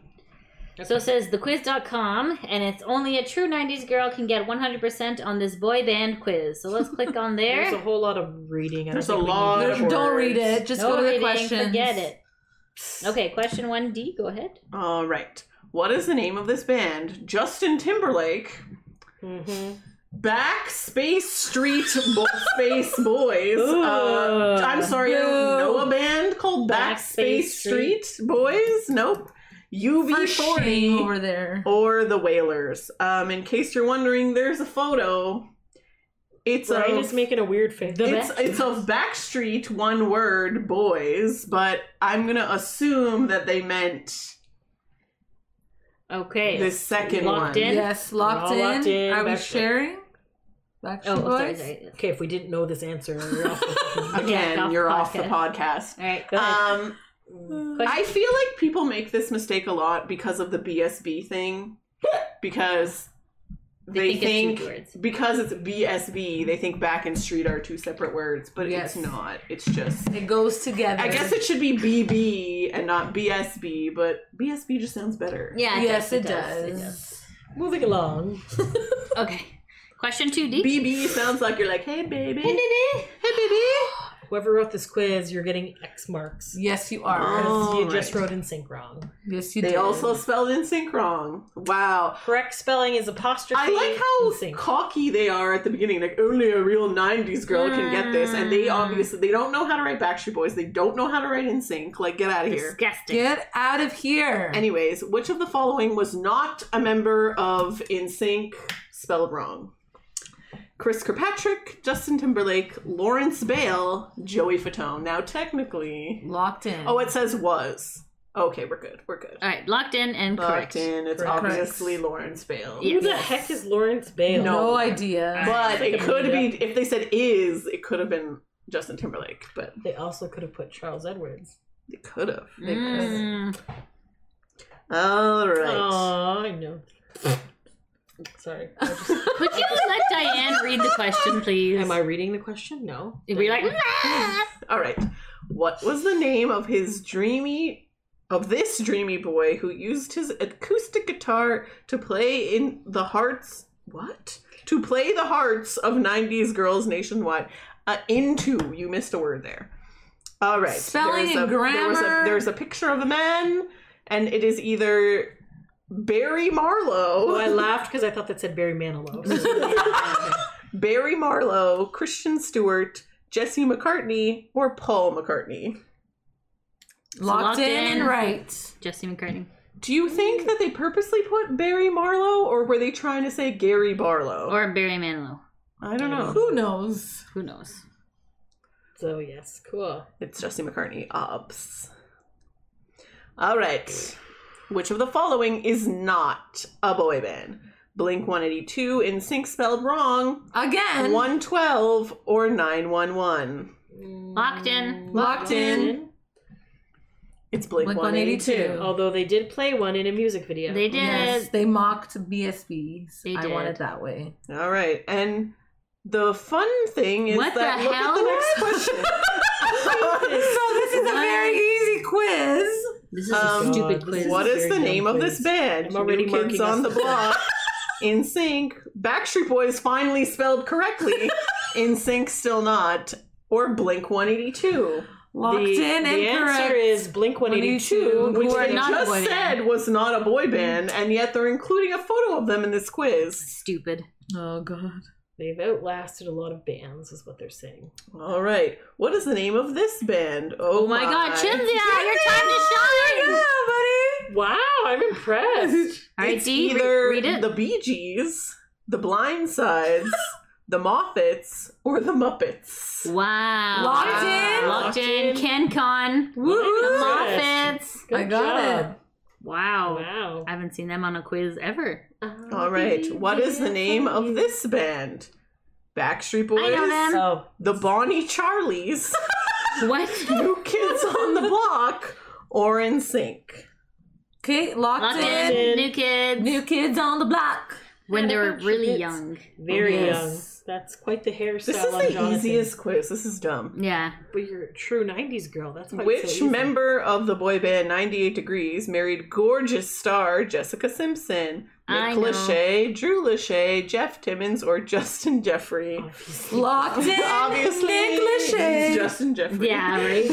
so it says thequiz.com, and it's only a true 90s girl can get 100% on this boy band quiz. So let's click on there. There's a whole lot of reading. I There's don't a think we lot need of to- Don't words. read it. Just go to the reading, questions. Forget it. Okay, question 1D, go ahead. All right. What is the name of this band? Justin Timberlake, Mhm. Backspace Street Bo- Space Boys. Uh, Ooh. I'm sorry, I don't Boo. know a band called Backspace, Backspace Street. Street. Boys. Nope. For shame UV40 over there. or the Whalers. Um, in case you're wondering, there's a photo. It's Brian a is making a weird face. The it's, best. it's of Backstreet, one word, boys, but I'm gonna assume that they meant Okay. the second Locked one. in? Yes, locked We're in. all locked in, Are we Backstreet. sharing? Backstreet oh, Boys? sorry, sorry. Okay, if we didn't know this answer, we're off the- Again, Yeah, off you're the off the podcast. All right, go ahead. Um, Question- I feel like people make this mistake a lot because of the BSB thing, because they, They think think, it's two words. because it's BSB, they think back and street are two separate words, but Yes. it's not. It's just. It goes together. I guess it should be BB and not BSB, but BSB just sounds better. yeah, it yes, does, it, It does. does. Moving along. Okay. Question 2D. BB sounds like you're like, hey baby, hey baby, whoever wrote this quiz, you're getting X marks. Yes, you are. Oh. Because you Alright. just wrote in sync wrong. Yes, you they did. also spelled in sync wrong. Wow. Correct spelling is apostrophe. I like in how sync. cocky they are at the beginning. Like only a real '90s girl can get this, and they Mm. obviously they don't know how to write Backstreet Boys. They don't know how to write in sync. Like get out of here. Disgusting. Get out of here. Anyways, which of the following was not a member of InSync spelled wrong? Chris Kirkpatrick, Justin Timberlake, Lawrence Bale, Joey Fatone. Now, Hmm. technically, Locked in. oh, it says was. Okay, we're good. We're good. All right, locked in and Locked correct. in. It's Correct. obviously Lawrence Bale. Yeah. Who the heck is Lawrence Bale? no, no. idea. But I it could think I be if they said is, it could have been Justin Timberlake. But They also could have put Charles Edwards. it could have. They Mm. All right. Oh, I know. Sorry. I just- Could you let Diane read the question, please? am I reading the question? No. You'd be like, All right. What was the name of his dreamy of this dreamy boy who used his acoustic guitar to play in the hearts what? To play the hearts of 90s girls nationwide. Uh, into you missed a word there. All right. Spelling there's a, and There was a, grammar. there's a picture of a man and it is either Barry Marlowe. Oh, I laughed because I thought that said Barry Manilow. Barry Marlowe, Christian Stewart, Jesse McCartney, or Paul McCartney. Locked, Locked in, in. and right. Jesse McCartney. Do you think that they purposely put Barry Marlowe, or were they trying to say Gary Barlow? Or Barry Manilow. I don't know. Who knows? Who knows? so, yes, cool. It's Jesse McCartney. Obs. All right. Which of the following is not a boy band? Blink 182, In Sync spelled wrong, Again. 112, or 911? Locked in. Locked in. It's Blink, Blink 182. 182. Although they did play one in a music video. They did. Yes, they mocked BSBs. They I did. want it that way. All right. And the fun thing is What that the look at hell? the next question. So this is a very easy quiz. This is Um, a stupid God, quiz. this What is is very the dumb name of quiz. this band? I'm already New marking Kids us. on the Block. In Sync. Backstreet Boys finally spelled correctly. In Sync still not. Or Blink 182. Locked the, in the and answer correct. is Blink 182, 182, which Who are I they not a just boy band. said was not a boy band, and yet they're including a photo of them in this quiz. Stupid. oh god. They've outlasted a lot of bands, is what they're saying. All right. What is the name of this band? Oh, Oh my god, Chinzia, your time to shine! It's Wow, I'm impressed. All right, D, re- either read it. the Bee Gees, the Blind Sides, the Moffats, or the Muppets. Wow. Locked in. Locked in. Locked in. Ken Con. The Woo-hoo. Moffats. Good I got job. it. Wow. Wow. I haven't seen them on a quiz ever. All right. What is the name of this band? Backstreet Boys, I know them. Oh, the Bonnie Charlies, What? New Kids on the Block, or In Sync. Okay, locked, Locked in. in. New kids. New kids on the block. when they were Backstreet really Kids. young. very Yes. young. That's quite the hairstyle. Oh, This is on the Jonathan. easiest quiz. This is dumb. Yeah. But you're a true '90s girl. That's why Which it's so easy. member of the boy band 98 Degrees married gorgeous star Jessica Simpson, I Nick know. Lachey, Drew Lachey, Jeff Timmons, or Justin Jeffrey? Oh, Obviously. Locked in. Obviously, Nick it's Lachey. Justin Jeffrey. Yeah, right?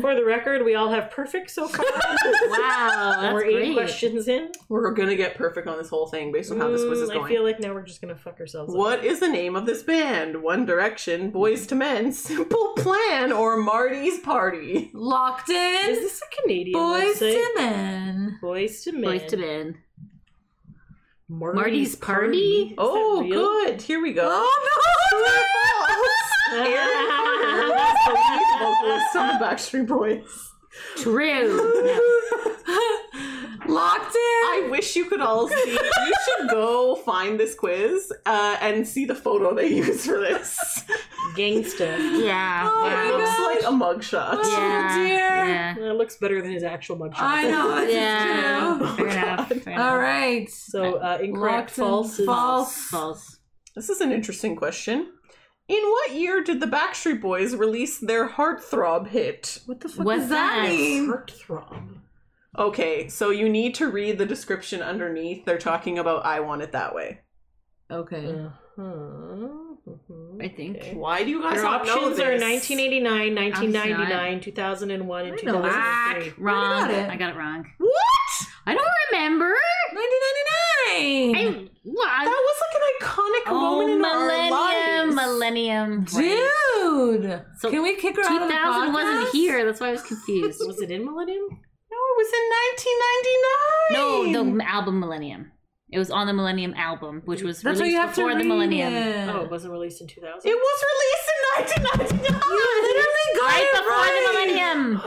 For the record, we all have perfect so far. wow. That's we're great. eight questions in. We're gonna get perfect on this whole thing based on how this quiz is Mm, going. I feel like now we're just gonna fuck ourselves. up. What is the name of this band? One Direction, Boys to Men, Simple Plan, or Marty's Party? Locked Is eh? in. this a Canadian Boys website? to men. Boys to men. Boys to men. Marty's, Marty's Party? Is that Oh, real? good. Here we go. Oh Aaron Carter was the lead vocalist on the Backstreet Boys. True. No. no! locked in. I wish you could all see. You should go find this quiz uh, and see the photo they use for this. Gangsta. Yeah. Oh It yeah. my looks gosh. like a mugshot. Oh, yeah. dear. Yeah. Well, it looks better than his actual mugshot. I know. This Yeah. is true. Fair enough. Fair enough. All right. So uh, incorrect, Locked in. false, is- False. False. This is an interesting question. In what year did the Backstreet Boys release their heartthrob hit? What the fuck What's does that, that? mean? Heartthrob. Okay, so you need to read the Mm. description underneath. They're talking about I want it that way. Okay. Uh-huh. Mhm. I think. Okay. Why do you guys Your not know options are this? 1989, I'm not. 1999, 2001, and I know that. 2003. Wrong. got it. I got it wrong. What? I don't remember. 1999. I, well, I- That was like an iconic oh, moment in our millennium, lives. millennium. Right. Dude, So can we kick her out of the 2000 wasn't podcast? here. That's why I was confused. Was it in Millennium? No, it was in 1999. no, the album Millennium. It was on the Millennium album, which was That's why released you have to before read the Millennium. It. Oh, it wasn't released in 2000. It was released in 1999. You literally got Right it before right. the Millennium.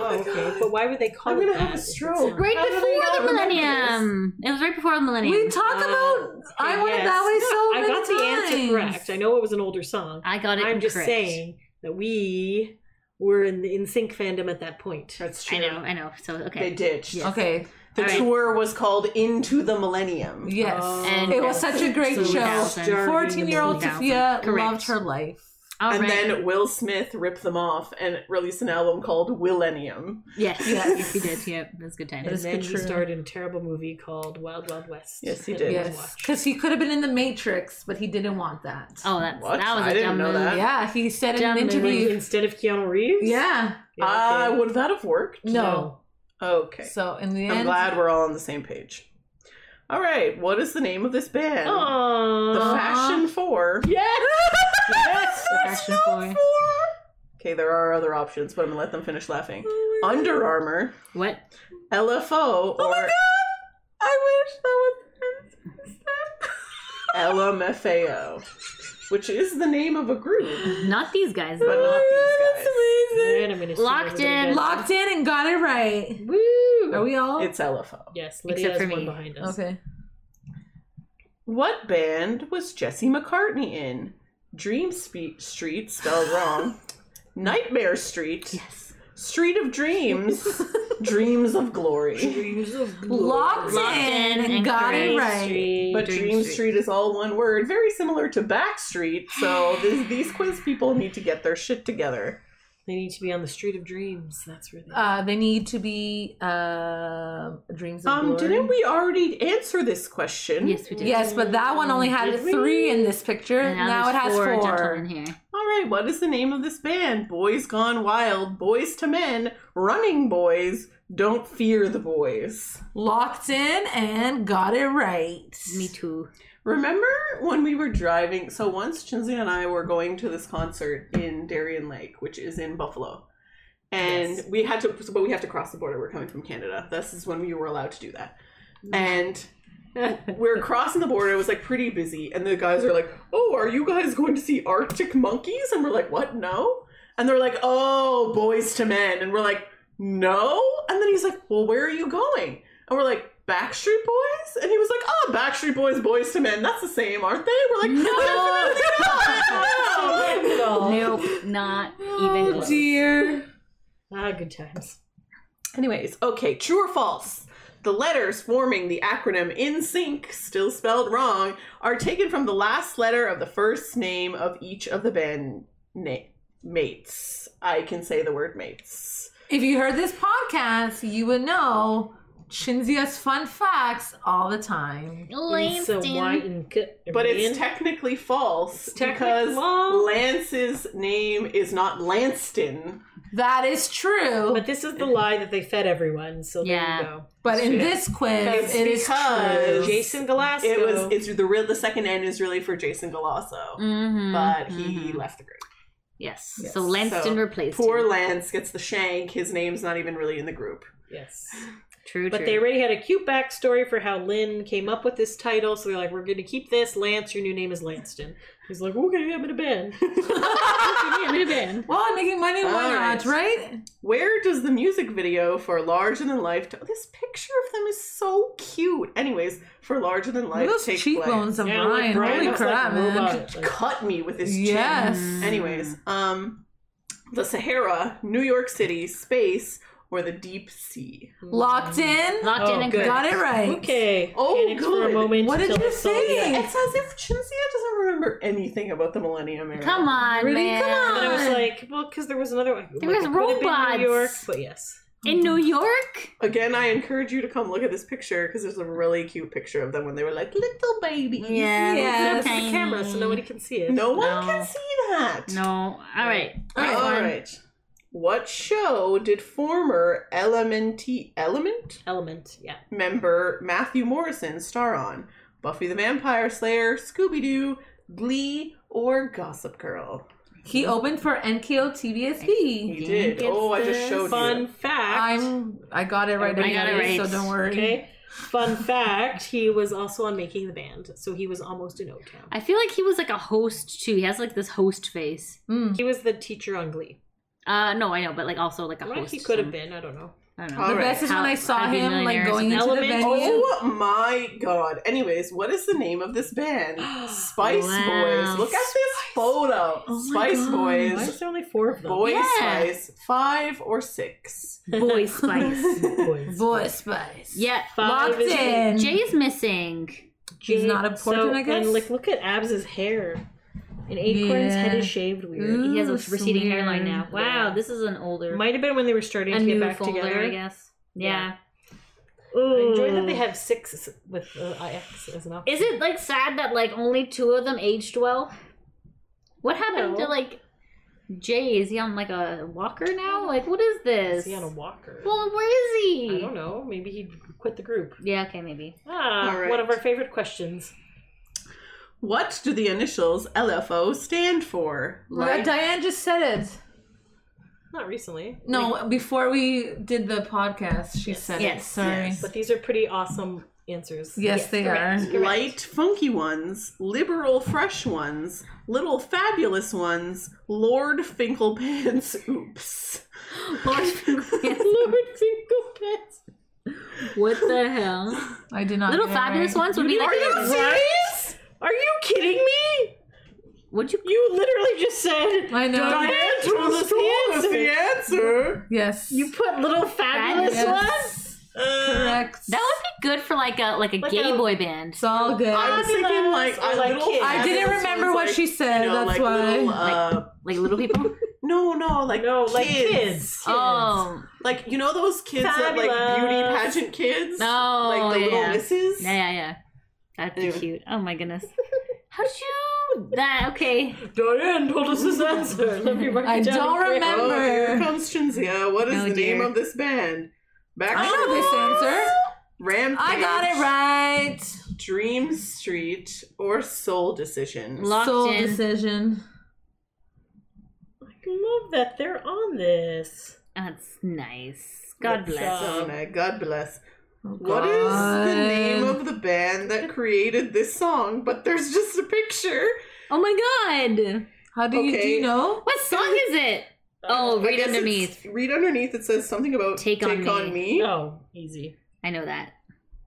Oh, okay. But why would they call I'm it gonna have that a if it's stroke. not- Right How did I before not the remember Millennium. It was right before the Millennium. We talk Uh, about I okay, want it yes. that way so I many got the answer times. correct. I know it was an older song. I got it. I'm just incorrect. saying that we were in the In Sync fandom at that point. That's true. I know. I know. So They okay. ditched. Yes. Okay. The All right. tour was called Into the Millennium. Yes. Oh. And- it was such a great So show. 2000. Jarring Fourteen year old 2000. Sophia Correct. loved her life. All and right. then Will Smith ripped them off and released an album called Millennium. yes, Yes. yes, he did. Yeah, that's good And timing. Yes. It's then he true. starred in a terrible movie called Wild Wild West. Yes, he that did. we Yes. watched. Because he could have been in the Matrix, but he didn't want that. Oh, that's, What? that was a I didn't dumb know move. that. Yeah, he said in Dumb an movie. Like, interview. instead of Keanu Reeves. Yeah. okay. Uh, would that have worked? No. Okay. So in the I'm end, glad we're all on the same page. All right. What is the name of this band? Oh. Aw. The Fashion Four. Yes. yes. The Fashion Four. Okay, there are other options, but I'm gonna let them finish laughing. Oh Under Armour, What? LFO, or I wish that LMFAO, which is the name of a group, Not these guys. but though. not these guys. Wait a minute. Locked in. was locked in and got it right. Are Woo. we all It's LFO. Yes. Except Lydia's for one me. behind us. okay? What band was Jesse McCartney in? Dream Spe- Street, spelled wrong. Nightmare Street, Yes. Street of Dreams, Dreams of Glory. Dreams of Locked, Locked in, in and and got it Grace right. But Dream Dream, Street. Street. is all one word, very similar to Backstreet, so th- these quiz people need to get their shit together. They need to be on the street of dreams. That's where they. Uh, they need to be uh, dreams of Um, glory. didn't we already answer this question? Yes, we did. Yes, but that one only had Did we? three in this picture. And now, now it there's has four, four. gentlemen here. All right, what is the name of this band? Boys Gone Wild, Boys to Men, Running Boys, Don't Fear the Boys. Locked in and got it right. Me too. Remember when we were driving? So once Chinzia and I were going to this concert in Darien Lake, which is in Buffalo, and Yes. we had to, but we have to cross the border. We're coming from Canada. This is when we were allowed to do that, and we're crossing the border. It was like pretty busy, and the guys are like, "Oh, are you guys going to see Arctic Monkeys?" And we're like, "What? No." And they're like, "Oh, Boys to Men," and we're like, "No." And then he's like, "Well, where are you going?" And we're like, "Backstreet Boys," and he was like, "Oh, Backstreet Boys, Boys to Men. That's the same, aren't they?" We're like, Oh, "No." nope. Not even Oh close. dear. ah, good times. Anyways, okay, true or false? The letters forming the acronym in sync, still spelled wrong, are taken from the last letter of the first name of each of the band na- mates. I can say the word mates. If you heard this podcast, you would know Shinzia's fun facts all the time. Lisa White and K- But it's Ian. technically false technically because wrong. Lance's name is not Lanston. That is true. But this is the lie that they fed everyone. So there Yeah. you go. But in this quiz, It's it is because- true. Jason Galasco. It was it's the real the second N is really for Jason Galasso, Mm-hmm. but he left the group. Yes. Yes. So Lanston So, replaced Poor him. Lance gets the shank. His name's not even really in the group. yes. True. But true. they already had a cute backstory for how Lynn came up with this title. So they're like, we're going to keep this. Lance, your new name is Lanston. He's like, okay, I'm in a band. I'm in a band. Well, I'm making money, why All right. not, right? Where does the music video for Larger Than Life? T- this picture of them is so cute. Anyways, for Larger Than Look at Life, those take cheekbones of Yeah, like Brian. Brian Holy looks like crap, a man. robot. Place. Cut me with this. chin. Yes. Anyways, um, the Sahara, New York City, space, or the deep sea. Locked in. locked Oh, in and good. Got it right. Okay. Oh, Panicked for a good. moment. What did till you I saw the- think? It's as if Chinzia doesn't remember anything about the Millennium Era. Come on, Really? man. Come But I was on. like, well, because there was another one. There like, was it could have been New robots. York, but yes. in New York. Again, I encourage you to come look at this picture because there's a really cute picture of them when they were like little babies. Yeah, That's so the tiny. camera, so nobody can see it. No one No. can see that. No. All right. Next All one. right. What show did former Elementi Element Element, yeah. member Matthew Morrison star on? Buffy the Vampire Slayer, Scooby Doo, Glee, or Gossip Girl? He opened for NKO TBSB. He did. think Oh, I it's just the showed Fun you. fact. I'm. I got it right. I got away, it right. So don't worry. Okay. Fun fact, he was also on making the band, so he was almost in O Town. I feel like he was like a host too. He has like this host face. Mm. He was the teacher on Glee. Uh, no, I know, but like also like a Right? host. He could have so- been, I don't know. I don't All know. The right. best is when How- I saw I'd be him like millionaires going and into the element. venue. Oh my god. Anyways, what is the name of this band? Spice Wow. Boys. Look at this photo. Oh my Spice God. Why Boys. is there only four of them? Boy Yeah. Spice. Five or six. Boy Spice. Boys. Voice Spice. yeah. Five Locked is- in. Jay's missing. She's not important, I guess. And like, look at Abs's hair. And Acorn's Yeah. head is shaved weird. Ooh. He has a Ooh, receding smear. hairline now. Wow, Yeah. this is an older, Might have been when they were starting a to get new back folder, together. I guess. Yeah. I enjoy that they have six with uh, IX as an option. Is it like sad that like only two of them aged well? What happened No. to like Jay? Is he on like a walker now? Like what is this? Is he on a walker? well, where is I he? don't know. Maybe he quit the group. Yeah. Okay. Maybe. Ah, All right. one of our favorite questions. What do the initials LFO stand for? Like, Like, Diane just said it. Not recently. No, before we did the podcast, she said it. Yes, Sorry. yes. Yes, But these are pretty awesome answers. they are. correct. light, funky ones, liberal, fresh ones, little, fabulous ones, Lord Finkelpants. Oops. Lord Finkelpants. What the hell? I did not. Little get it right. fabulous ones would be like. Are you serious? Are you kidding me? Would you? You literally just said I know. Diane told us the That's answer. the answer. Yes. You put little fabulous Fabulous. ones. Uh, Correct. That would be good for like a like a Like gay a- boy band. It's all good. I was thinking like, Fabulous a or like little kids. I didn't fabulous remember ones, what like, she said. you know, that's like why. Little, uh, Like little people. no, no, like No, kids. like kids. Oh like you know those kids that like beauty Fabulous. pageant kids, no! like the yeah. little misses. Yeah, yeah, yeah. That'd be Anyway. cute. Oh my goodness. How did you? That okay? Diane told us this answer. Let me write I it down. don't quick. remember. Oh, here comes Cinzia. What is Oh, the name dear. of this band? Back I know this answer. Rampage. I got it right. Dream Street or Soul Decision. Locked Soul in. decision. I love that they're on this. That's nice. God Good bless. job. Oh my God bless. Oh, What is the name God. of the band that created this song? But there's just a picture. Oh my God! How do you do? Okay. You know? What song is it? Uh, Oh, I read guess it's- underneath. Read underneath. It says something about Take on Me. Oh, easy. I know that.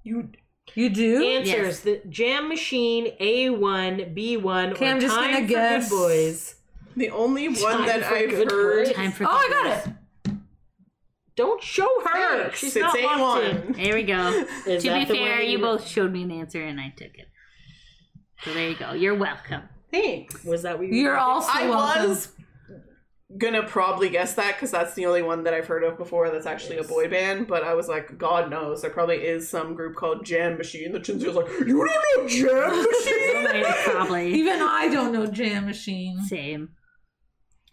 You You do? Answers: the Jam Machine A one B one. Okay, or I'm just Time gonna for guess. Good boys. the only one Time that for I've good heard. boys. Time for. oh, I got it. Don't show her. Thanks, She's it's not locked A1. in. There we go. Is to be that the fair, one you both showed me an answer and I took it. So there you go. You're welcome. Thanks. Was that what you? You're also I welcome. was gonna probably guess that because that's the only one that I've heard of before that's actually a boy band, but I was like, God knows, there probably is some group called Jam Machine. The Chinzi was like, You don't know Jam Machine? Probably Even I don't know Jam Machine. same.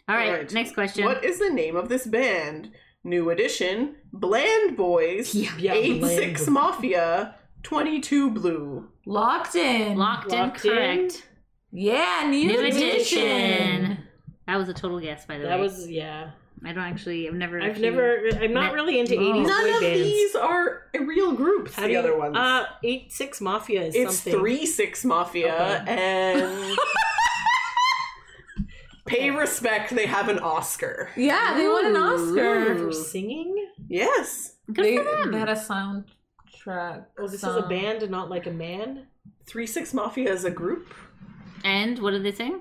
All right, All right. Next question. what is the name of this band? New Edition, Bland Boys, Yeah. Yeah, 8 6 blame. Mafia, 22 Blue. Locked in. Locked, Locked in. in. Correct. yeah, new, New edition. edition. That was a total guess, by the That way. was yeah. I don't actually. I've never. I've actually- never. I'm not Met- really into No. eighties None boy of bands. these are real groups, How the do you- other ones. Uh, eight six mafia is It's something. three six mafia and pay respect. They have an Oscar. Yeah, they won an Oscar. Ooh. for singing. Yes, Good they, for them. they had a soundtrack. Oh, this is a song. band and not like a man. three six mafia is a group and what did they sing?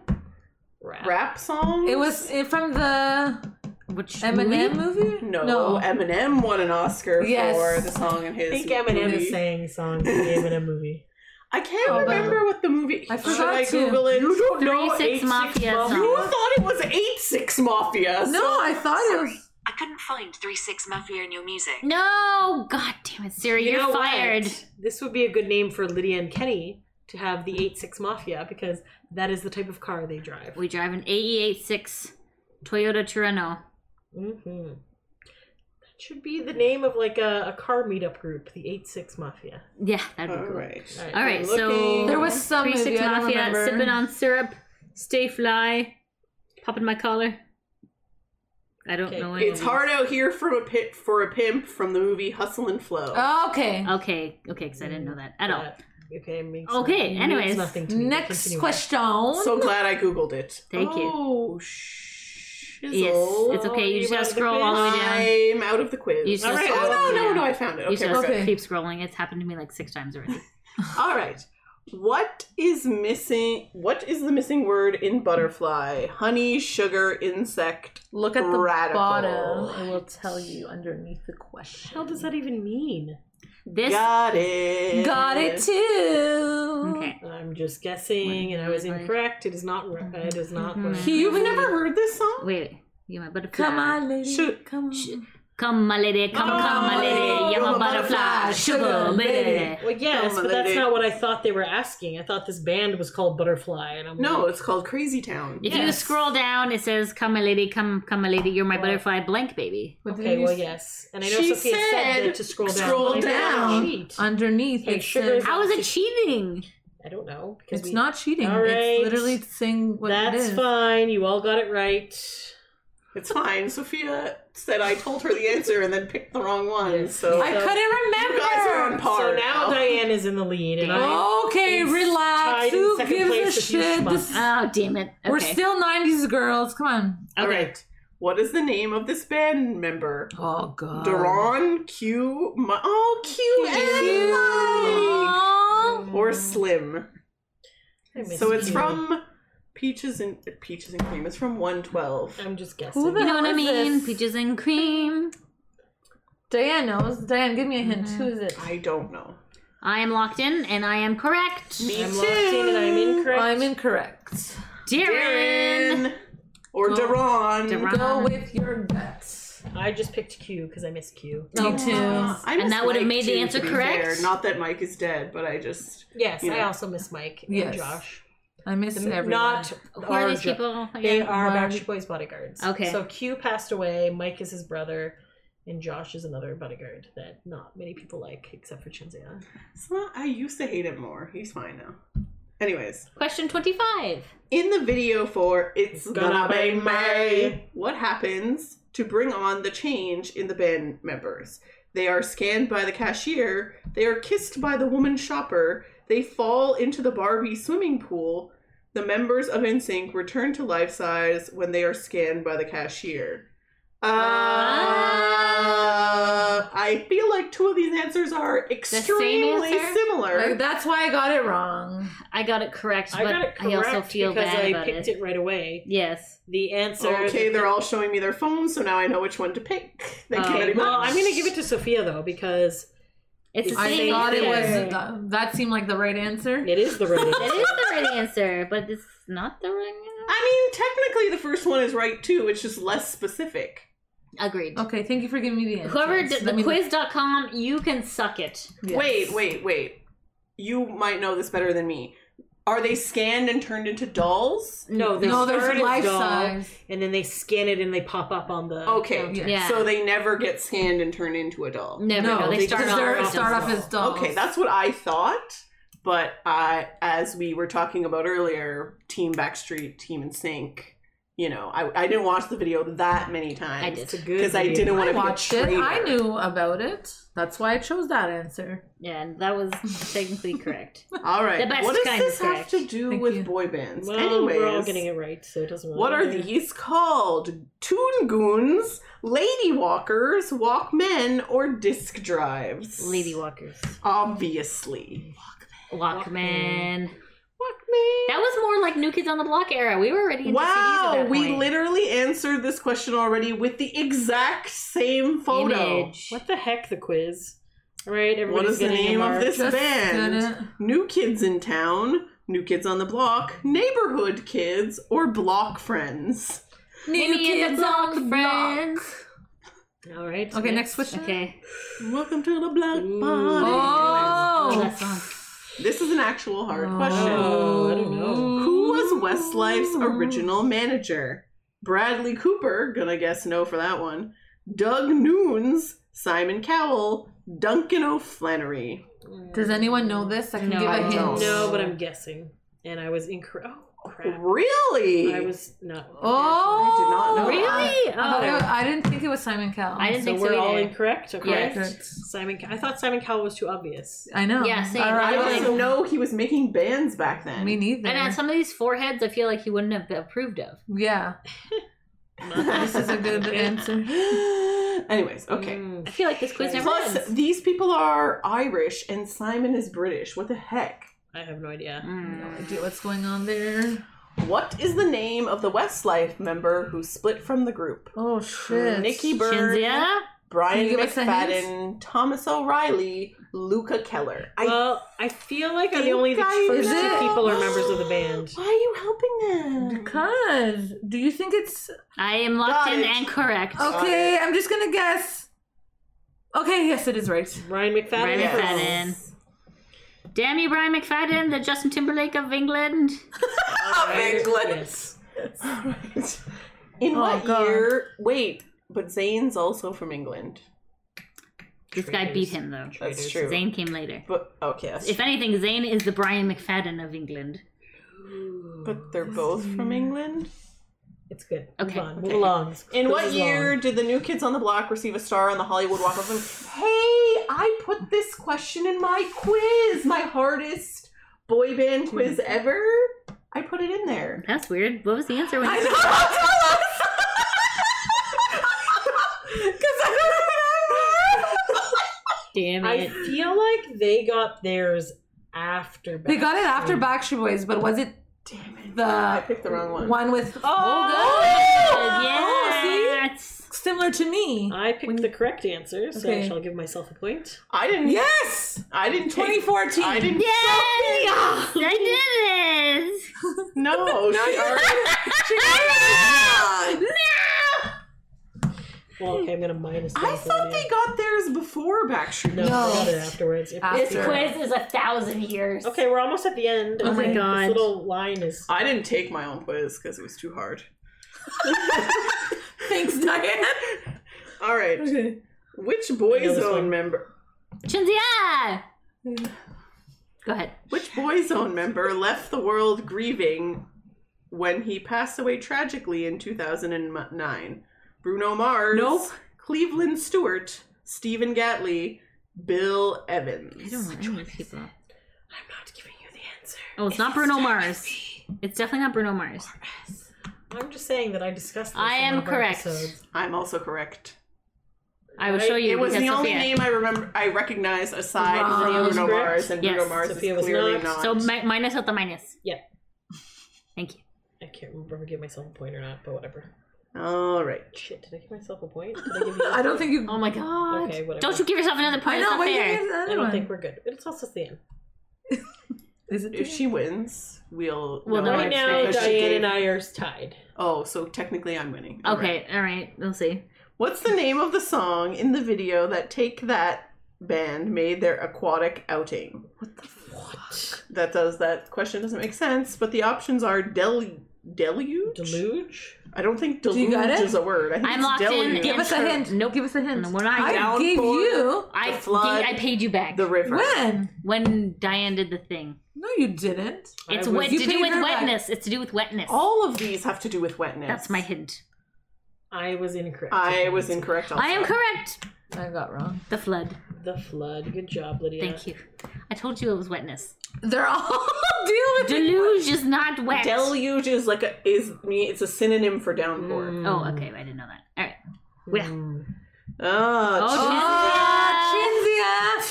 Rap. rap song. It was it from the Which Eminem movie? movie? no, Eminem won an Oscar Yes. for the song in his. I think Eminem movie. is saying songs in the Eminem movie. I can't Oh, remember what the movie. I Should forgot I to. Google it? You don't Three Six Mafia You song. thought it was eight six mafia. No, so- I thought it was. I couldn't find 36 Mafia new music. No, god damn it, Siri, you are know what? fired. This would be a good name for Lydia and Kenny to have the 86 Mafia because that is the type of car they drive. We drive an AE86 Toyota Toronto. Mm-hmm. That should be the name of like a, a car meetup group, the 86 Mafia. Yeah, that'd be All cool. right. All right. All right, so Looking- There was some Three movie, Six I don't Mafia remember. sipping on syrup, stay fly, popping my collar. I don't Okay, know. any It's of these. hard out here for a pit for a pimp from the movie Hustle and Flow. Okay. Okay, okay, because I didn't know that at all. That- Okay. Makes Okay, means anyways. nothing to me, but Next continue on. question. So glad I googled it. Thank you. Oh, shizzle. Yes, it's okay. You you just gotta have the scroll quiz? all the way down. You I'm out of the quiz. You just All right. scroll Oh no, down. no, no! I found it. just Okay. okay. keep scrolling. It's happened to me like six times already. All right. What is missing? What is the missing word in butterfly? Honey, sugar, insect. Look at the Radical. bottom. I will tell you underneath the question. What the hell does that even mean? This Got it. Got it too. okay. I'm just guessing, and I was incorrect. It is not. re- It is not. Mhm. right. You've never heard this song? Wait, wait. you my butterfly. Come on, lady. Shoot. Come on. Sh- Come, my lady. Come, come, my lady. You're my butterfly, sugar lady. Well, yes, Come on, but that's lady. not what I thought they were asking. I thought this band was called Butterfly, and I'm No, like, it's called Crazy Town. If you Yes. scroll down, it says, "Come, my lady. Come, come, my lady. You're my butterfly, blank baby." What did okay, you well, say? yes. And I know She Sophia said, said, that to scroll down. scroll but I don't wanna down. cheat. Underneath And it sugar- says, How is it cheating? I don't know. because it's we- not cheating. All right. It's literally saying what it That's is. fine. You all got it right. It's fine. Sophia said I told her the answer and then picked the wrong one. Yes. So I you guys are couldn't on remember. par. so now Diane is in the lead, and I Okay, It's tied relax. in Who second place gives a with you, shit? schmuck. This is- Oh, damn it. We're Okay. still 90s girls. Come on. All right. What is the name of this band member? Oh, God. Um, Duran Q. Ma- oh, Q. and Aw. Mike. Or Slim. I miss So it's you. from Peaches and Peaches and Cream. It's from 112. Um, I'm just guessing. Who the You know hell what I is mean? this? Peaches and cream. Diane knows. Diane, give me a hint. Who is it? I don't know. I am locked in, and I am correct. Me I'm locked in, and I'm incorrect. I'm incorrect. Darren. Darren. Or Go- Duran. Duran. Go with your guts. I just picked Q because I miss Q. Me Uh, I And miss that would've Mike, made the too, answer to be correct? fair. Not that Mike is dead, but I just Yes, You know. I also miss Mike and Yes. Josh. I miss everyone. Not Who are our these Jo- people? They again? are Marge. Backstreet Boys bodyguards. Okay. So Q passed away. Mike is his brother, and Josh is another bodyguard that not many people like, except for Chinzia. it's not, I used to hate him more. He's fine now. Anyways, Question 25. in the video for "It's Gonna, Gonna Be Be May," May. what happens to bring on the change in the band members? They are scanned by the cashier. They are kissed by the woman shopper. They fall into the Barbie swimming pool. The members of NSYNC return to life size when they are scanned by the cashier. Uh, I feel like two of these answers are extremely answer? similar. Like, that's why I got it wrong. I got it correct, I but got it correct I also feel because bad I about picked it. it. right away. Yes. The answer. Oh, okay, they're all showing me their phones, so now I know which one to pick. Thank you Okay, very much. Well, I'm gonna give it to Sophia though because It's the I same I thought it answer. was Yeah. that, that seemed like the right answer. it is the right It answer. is the right answer, but it's not the right I mean, technically, the first one is right too. It's just less specific. answer. Agreed. Okay, thank you for giving me the answer. Whoever did the quiz.com, you can suck it. Wait, wait, wait. You might know this better than me. Are they scanned and turned into dolls? No, they No, start there's as life doll, size. and then they scan it and they pop up on the. Okay. Yeah. Yeah. So they never get scanned and turn into a doll. Never. No, No, they, they start, because just- they're off, start off as as dolls. Okay, that's what I thought. But I, as we were talking about earlier, Team Backstreet, Team in Sync. You know, I, I didn't watch the video that many times. I did. It's a good. because I video. didn't want I to be a watched it. traitor. I knew about it. That's why I chose that answer. Yeah, and that was technically correct. All right, The best what does kind this of have to do Thank with you. boy bands? Well, Anyways, we're all getting it right, so it doesn't. Really what are matter. these called? Toon goons, lady walkers, walkmen, or disc drives? Lady Walkers. Obviously, Walkman. walkmen. That was more like New Kids on the Block era. We were already into CDs at Wow, that we point. literally answered this question already with the exact same photo. Image. What the heck? The quiz. All right, everybody's What is the getting a name of mark. this Just band? didn't- New kids in town, new kids on the block, neighborhood kids, or block friends? New Maybe in the Kids block, on the friends. Block. All right. Okay, next question. Okay. Welcome to the black Ooh. party. Oh, Oh. that song. This is an actual hard question. Oh, I don't know. Who was Westlife's original manager? Bradley Cooper, gonna guess no for that one. Doug Noons, Simon Cowell, Duncan O'Flannery. Does anyone know this? I can No, give I a hint. don't. No, but I'm guessing, and I was incorrect. Oh crap! Really? I was not. Oh, I did not know. Really? I, thought it was- Oh. I didn't think it was Simon Cowell. I didn't So think we're so all either. incorrect. Okay. Yes. Simon, I thought Simon Cowell was too obvious. I know. Yeah, same. All I right. didn't know he was making bands back then. Me neither. And at some of these foreheads, I feel like he wouldn't have approved of. yeah, this is a good answer. Anyways, Mm, okay. Mm, I feel like this quiz never Plus, ends. these people are Irish and Simon is British. What the heck? I have no idea. No Mm. idea what's going on there. What is the name of the Westlife member who split from the group? Oh shit. Nikki Bird, Shinzia? Brian Can you give us a McFadden, Thomas O'Reilly, Luca Keller. I well, I feel like the think only the I first know. two people are members of the band. Why are you helping them? Because do you think it's I am locked Got in it. and correct. Got okay? it. I'm just gonna guess. Okay, yes, it is right. Ryan McFadden. Brian Yes. McFadden. Damn you, Brian McFadden, the Justin Timberlake of England. Right? England. Yes. Alright. In Oh, what God. year? Wait, but Zane's also from England. This guy beat him though. That's true. Zane came later. But okay, that's If anything, Zane is the Brian McFadden of England. But they're both from England. It's good. Okay. Move on. Move along. In This what is year long. did the New Kids on the Block receive a star on the Hollywood Walk of Fame? Hey, I put this question in my quiz, my hardest boy band quiz ever. I put it in there. That's weird. What was the answer? When I you- know. Tell us. 'Cause I don't remember. Damn I it. feel like they got theirs after. They got it Backstreet. after Backstreet Boys, but was it Damn it. I the picked the wrong one. one with Oh, good. Oh, see? Yeah. that's- similar to me? I picked the correct answer, so I Okay. shall give myself a point. I didn't. Yes, I didn't. Take, 2014. I didn't. Yes! I did it! No, she already- Well, okay, I'm gonna minus. I one for thought the- they got theirs before Backstreet. No, Boys. they No. got it afterwards. If- After. This quiz is a thousand years. Okay, we're almost at the end. Oh my Okay, God. This little line is. I didn't take my own quiz because it was too hard. Thanks, Diane. All right. Okay. Which I know this Boyzone one. member? Shinzia! Go ahead. Which Boyzone member left the world grieving when he passed away tragically in 2009? Bruno Mars. Nope. Cleveland Stewart. Stephen Gatley. Bill Evans. I don't know any of these people. I'm not giving you the answer. Oh, it's not Bruno Mars. It's definitely not Bruno Mars. I'm just saying that I discussed. This I in am one of our correct. episodes. I'm also correct. I will show you. it was because the only Sophia- name I remember. I recognized aside Wow. from Bruno Correct. Mars, and Bruno Yes. Mars Sophia is was clearly not. not. So mi- minus out the minus. Yeah. Thank you. I can't remember if I gave myself a point or not, but whatever. All right. Shit, did I give myself a point? Did I, give you I don't think you. Oh my god. Okay, whatever. Don't you give yourself another point. I it's know. not Wait, fair. there's I another don't one. think we're good. It's also the end. Is it? If she wins, we'll. We'll know know right it's it's now, because she Diane gave- and I are tied. Oh, so technically I'm winning. All right. Okay, all right. We'll see. What's the name of the song in the video that Take That band made their aquatic outing? What? That does that question doesn't make sense, but the options are del deluge. Deluge? I don't think Do you deluge got it? is a word. I think I'm it's locked in. deluge. Give and us a sure- hint. Nope. Give us a hint. When I- I Down gave for- you I The flood. I paid you back The river. when? when Diane did the thing. No, you didn't. I It's was- wet, You to do paid with her back. wetness. It's to do with wetness. All of these have to do with wetness. That's my hint. I was incorrect. I was incorrect. Also. I am correct. I got wrong. The flood. The flood. Good job, Lydia. Thank you. I told you it was wetness. They're all deal with it. Deluge is not wet. Deluge is like a is me. It's a synonym for downpour. Mm. oh, okay. I didn't know that. All right. Well, Oh, oh,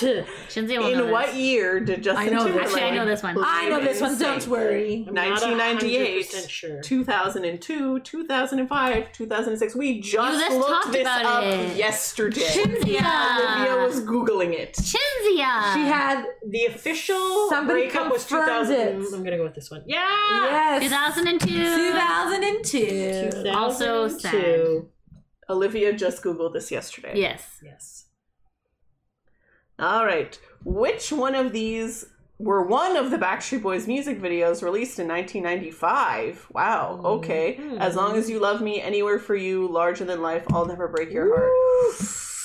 Oh, Chinzia. Shinzia will in know what this. year did Justin I know this Timberlake? Actually, I know this one. I know this one. Don't Insane. worry. I'm not 1998. 100% Sure. 2002, 2005, 2006. We You just just looked talked this about up it. yesterday. Olivia Shinzia. was googling it. Shinzia. She had The official Somebody breakup was confirmed 2000. it. I'm gonna go with this one. Yeah. yes. 2002. 2002. 2002. Also sad. Olivia just Googled this yesterday. Yes. Yes. All right. Which one of these were one of the Backstreet Boys music videos released in 1995? Wow. Okay. As long as you love me, anywhere for you, larger than life, I'll never break your heart.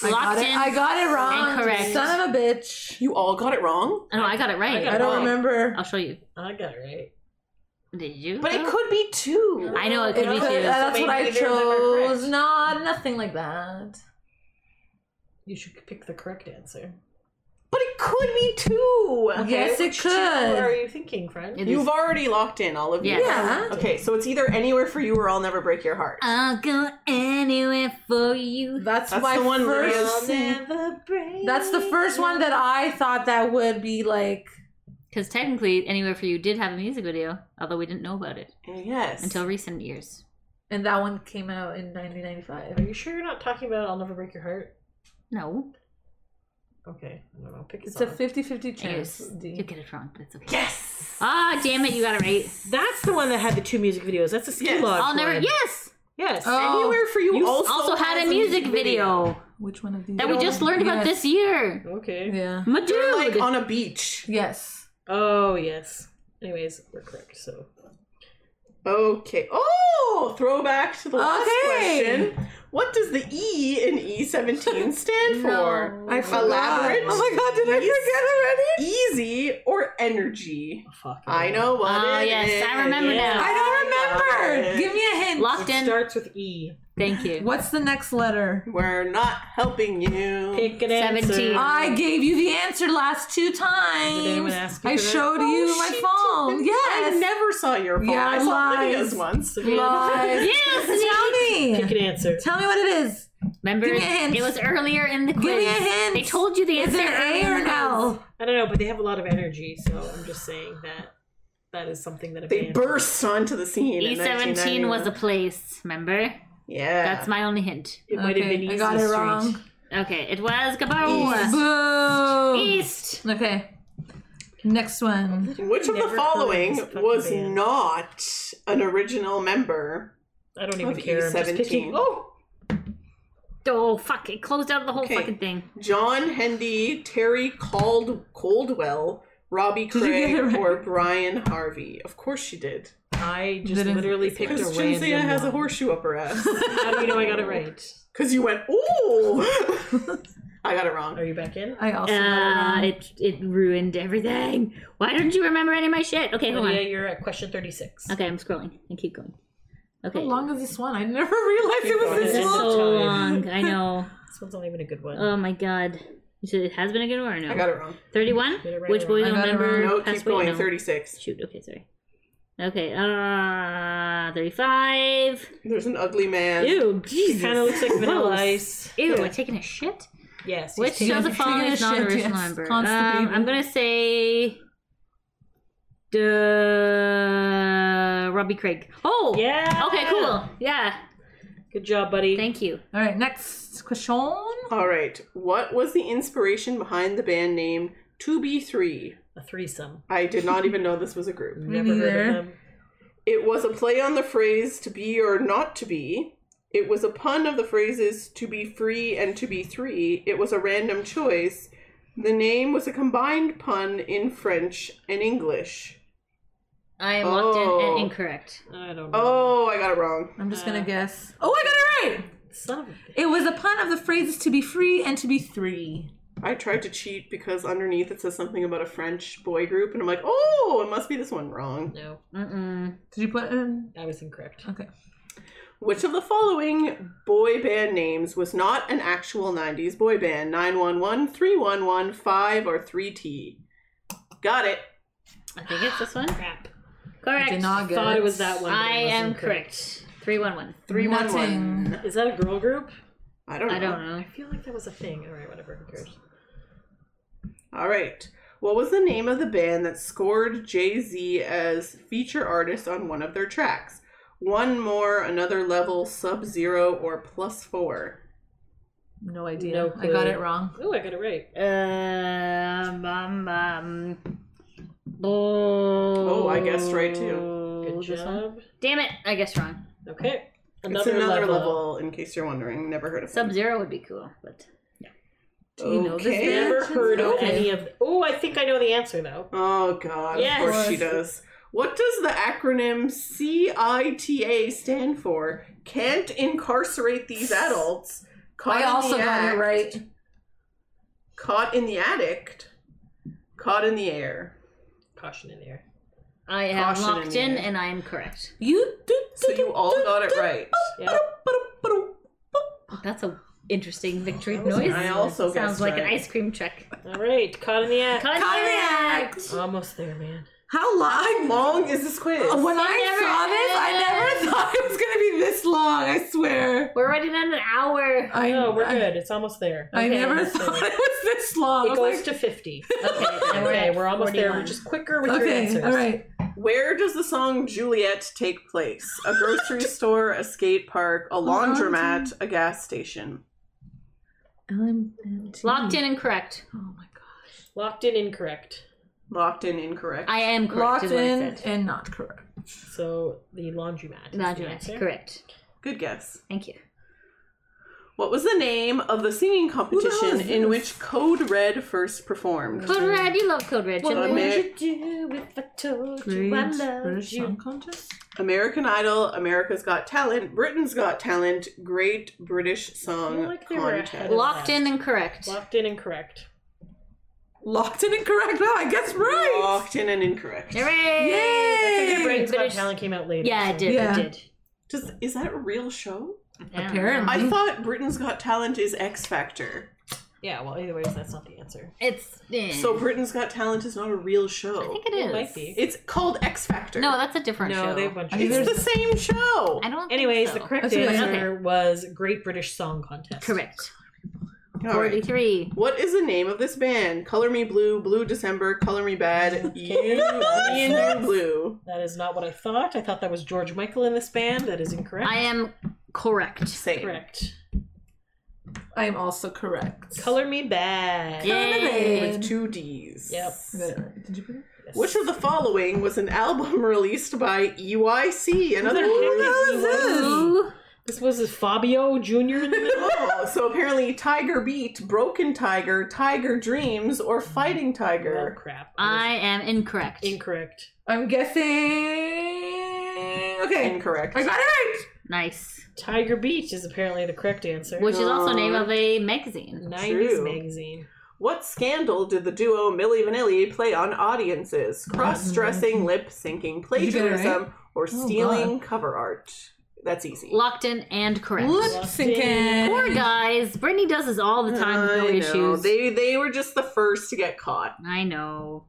I got Locked it. in. I got it wrong. Incorrect. Son of a bitch. You all got it wrong, Oh, no, I got it Uh-huh. right. I I don't remember. I'll show you. I got it right. Did you? Oh. but it could be two. I know it It could be could- uh, two. that's what I Maybe they're never chose. correct. No, nothing like that. You should pick the correct answer. But it could be two. yes, it Which two are could. you thinking, friend? It is- You've already locked in, all of you. Yeah. Uh, Yeah. Okay, so it's either anywhere for you or I'll never break your heart. I'll go anywhere for you. That's, That's my the one Oh, where first. Never break. That's the first one that I thought that would be like. Because technically, anywhere for you did have a music video, although we didn't know about it yes. until recent years. And that one came out in 1995. Are you sure you're not talking about I'll Never Break Your Heart? No, Okay. I don't know. Pick It's a song. 50 50 chance. yes, D. you get it wrong. That's okay. yes. Ah, damn it, you got it right. That's the one that had the two music videos. That's a ski Yes. lodge. I'll never. one. Yes, Yes. Oh. Anywhere for you, You also, also had has a music video, Which one of these? that we just learned Yes. about this year. Okay. Yeah. My You're dude. like on a beach. Yes. Oh yes. Anyways, we're correct. So Okay. Oh, throwback to the last Okay. question. What does the E in E17 stand for? I forgot. Elaborate. Oh my Oh god, did I forget already? Easy or energy? fuck. I know what Oh, it yes, is. I remember now. I Oh don't Got it. remember. Give me a hint. Locked It in. starts with E. Thank you. What's the next letter? We're not helping you. Pick an Seventeen. answer. I gave you the answer last two times. anyone ask you I for that? Oh, showed you my Oh, She phone. didn't- Yes. I never saw your phone. Yeah, I saw lies. Lydia's once. Lies. Yes. Tell Pick me. an answer. Tell me what it is. Remember, Give me a hint. it was earlier in the quiz. me a hint. They told you the Is answer. it A earlier or in an the quiz. L? I don't know, but they have a lot of energy, so I'm just saying that that is something that a They band- burst onto the scene. in E E17 E was a 1991. place. Remember? Yeah. That's my only hint. It might have Okay, been I easy got it street. wrong. Okay, it was Gabaroa. Boo. East. Okay. Next one. Which of the Never heard of following this fucking was band. not an original member I don't even of care. I'm just E17? picking. Oh, Oh fuck! It closed out the whole Okay. fucking thing. John Hendy, Terry Cald- Caldwell, Robbie you get Craig, it right? or Brian Harvey. Of course she did. I just Didn't- literally picked a Because random. Chinzia has a one. horseshoe up her ass. How do you know I got it right? Because you went, ooh! I got it wrong. Are you back in? I also Uh, got it it it ruined everything. Why don't you remember any of my shit? Okay, hold on. Lydia, you're at question 36. Okay, I'm scrolling. I keep going. Okay, wrong. How long is this one? I never realized it was this this is It's long. so so time. long. I know. This one's not even a good one. Oh my god. Is It it has been a good one or no? I got it wrong. Thirty-one. Get it right Which or boy wrong. don't I got it remember? wrong. No, keep past boy? going. No. 36. Shoot. Okay, sorry. Okay, uh, thirty-five. There's an ugly man. Ew, She Jesus. kind of looks like vanilla Gross. ice. Ew, am I taking a shit? Yes. Which she's shows taking- the following taking a is not shit, original yes. member? Um, Constipated. I'm gonna say. Duh, Robbie Craig. Oh, Yeah. Okay, cool. Yeah, Good job, buddy. thank you. All right, next question. All right. What was the inspiration behind the band name 2B3? a threesome. I did not even know this was a group. Never heard neither. of them. It was a play on the phrase to be or not to be. It was a pun of the phrases to be free and to be three. It was a random choice. The name was a combined pun in French and English. I am locked in Oh. and incorrect. I don't know. Oh, I got it wrong. I'm just Uh. gonna guess. Oh, I got it right. Son of a bitch. It was a pun of the phrases "to be free" and "to be three. I tried to cheat because underneath it says something about a French boy group, and I'm like, oh, it must be this one wrong. No, Mm-mm. Did you put um, it in? I was incorrect. Okay. Which of the following boy band names was not an actual 90s boy band? 911, 311, 5, or 3T? Got it. I think it's this one. Crap. Correct. Did not get Thought it was that one. but it I wasn't am correct. Three one one. Nothing. 311. Is that a girl group? I don't know. I don't know. I feel like that was a thing. All right, whatever. Who cares? All right. What was the name of the band that scored Jay Z as feature artist on one of their tracks? One more, another level, sub zero, or plus four? No idea. No I got clue. it wrong. Oh, I got it right. Um, um, um. Oh, Oh, I guessed right, too. Good this one? job. Damn it! I guessed wrong. Okay. Another, it's another level. level. in case you're wondering. Never heard of Sub them. Zero would be cool, but Do you know this band? Never heard of Okay. any of. Oh, I think I know the answer though. Oh God! Yes. Of course she does. What does the acronym CITA stand for? Can't incarcerate these adults. Caught I in also the got it act, right. Caught in the addict. Caught in the air. Caution in there. I am Caution locked in in, there. and I am correct. You do. So you all got it right. Yeah. That's a interesting victory was- noise. I also sounds guessed like an right. ice cream truck. All right, caught in the act. Cognac. Almost there, man. How How long? long is this quiz? When I never saw this, I never thought it was gonna be this long. I swear. We're already at an hour. I No, we're I- good. It's almost there. I, Okay, never that's thought fine. it was this long. I It was goes like, to fifty. Okay, now we're, Okay, at we're almost there. We're 41. just quicker with your okay, answers. all right. Where does the song Juliet take place? A grocery store, a skate park, a laundromat, a gas station. locked in and correct. Oh my god. Locked in incorrect. Locked in incorrect. I am Locked correct. is what I in said. and not correct. So the laundromat. is the answer. Laundromat. Correct. Good guess. Thank you. What was the name of the singing competition is in this? which Code Red first performed? Code Red, you love Code Red. Well, Jennifer. Amer- do if I told British Song Contest. American Idol, America's Got Talent, Britain's Got Talent, Great British Song feel like they were ahead Contest. of- Locked in and correct. Locked in incorrect. Locked in incorrect. Wow, I guess right. Locked in and incorrect. Hooray! Yay! Brains Got British- Talent came out later. Yeah, it so- did. Yeah. It did. Does, is that a real show? Yeah. Apparently. I Mhm. thought Britain's Got Talent is X Factor. Yeah, well, either way, that's not the answer. It's eh. So Britain's Got Talent is not a real show. I think it It is. might be. It's called X Factor. No, that's a different no, show. they have a bunch of. I mean, it's the same show. I don't. Anyways, think the so. correct That's what I answer said. was Great British Song Contest. Correct. All right. Forty-three. What is the name of this band? Color Me Blue, Blue December, Color Me Bad, You, Me and You Blue. That is not what I thought. I thought that was George Michael in this band. That is incorrect. I am correct. Same. correct. I am also correct. Color me bad. Yeah. With two D's. Yep. Is that right? Did you put it? Yes. Which of the following was an album released by EYC? Another E Who the hell is EYC. Ooh. This was Fabio Junior in the middle. Oh, so apparently Tiger Beat, Broken Tiger, Tiger Dreams, or Fighting Oh Tiger. crap! I am incorrect. incorrect. I'm guessing. Okay. Incorrect. I got it right. nice. Tiger Beach is apparently the correct answer. Which is also No. name of a magazine. Nineties True. magazine. What scandal did the duo Milli Vanilli play on audiences? Cross-dressing, lip-syncing, you get it right? Oh, plagiarism, or God. stealing cover art? That's easy. Locked in and correct. Lip syncing. Poor guys. Brittany does this all the time with no I know. issues. They they were just the first to get caught. I know.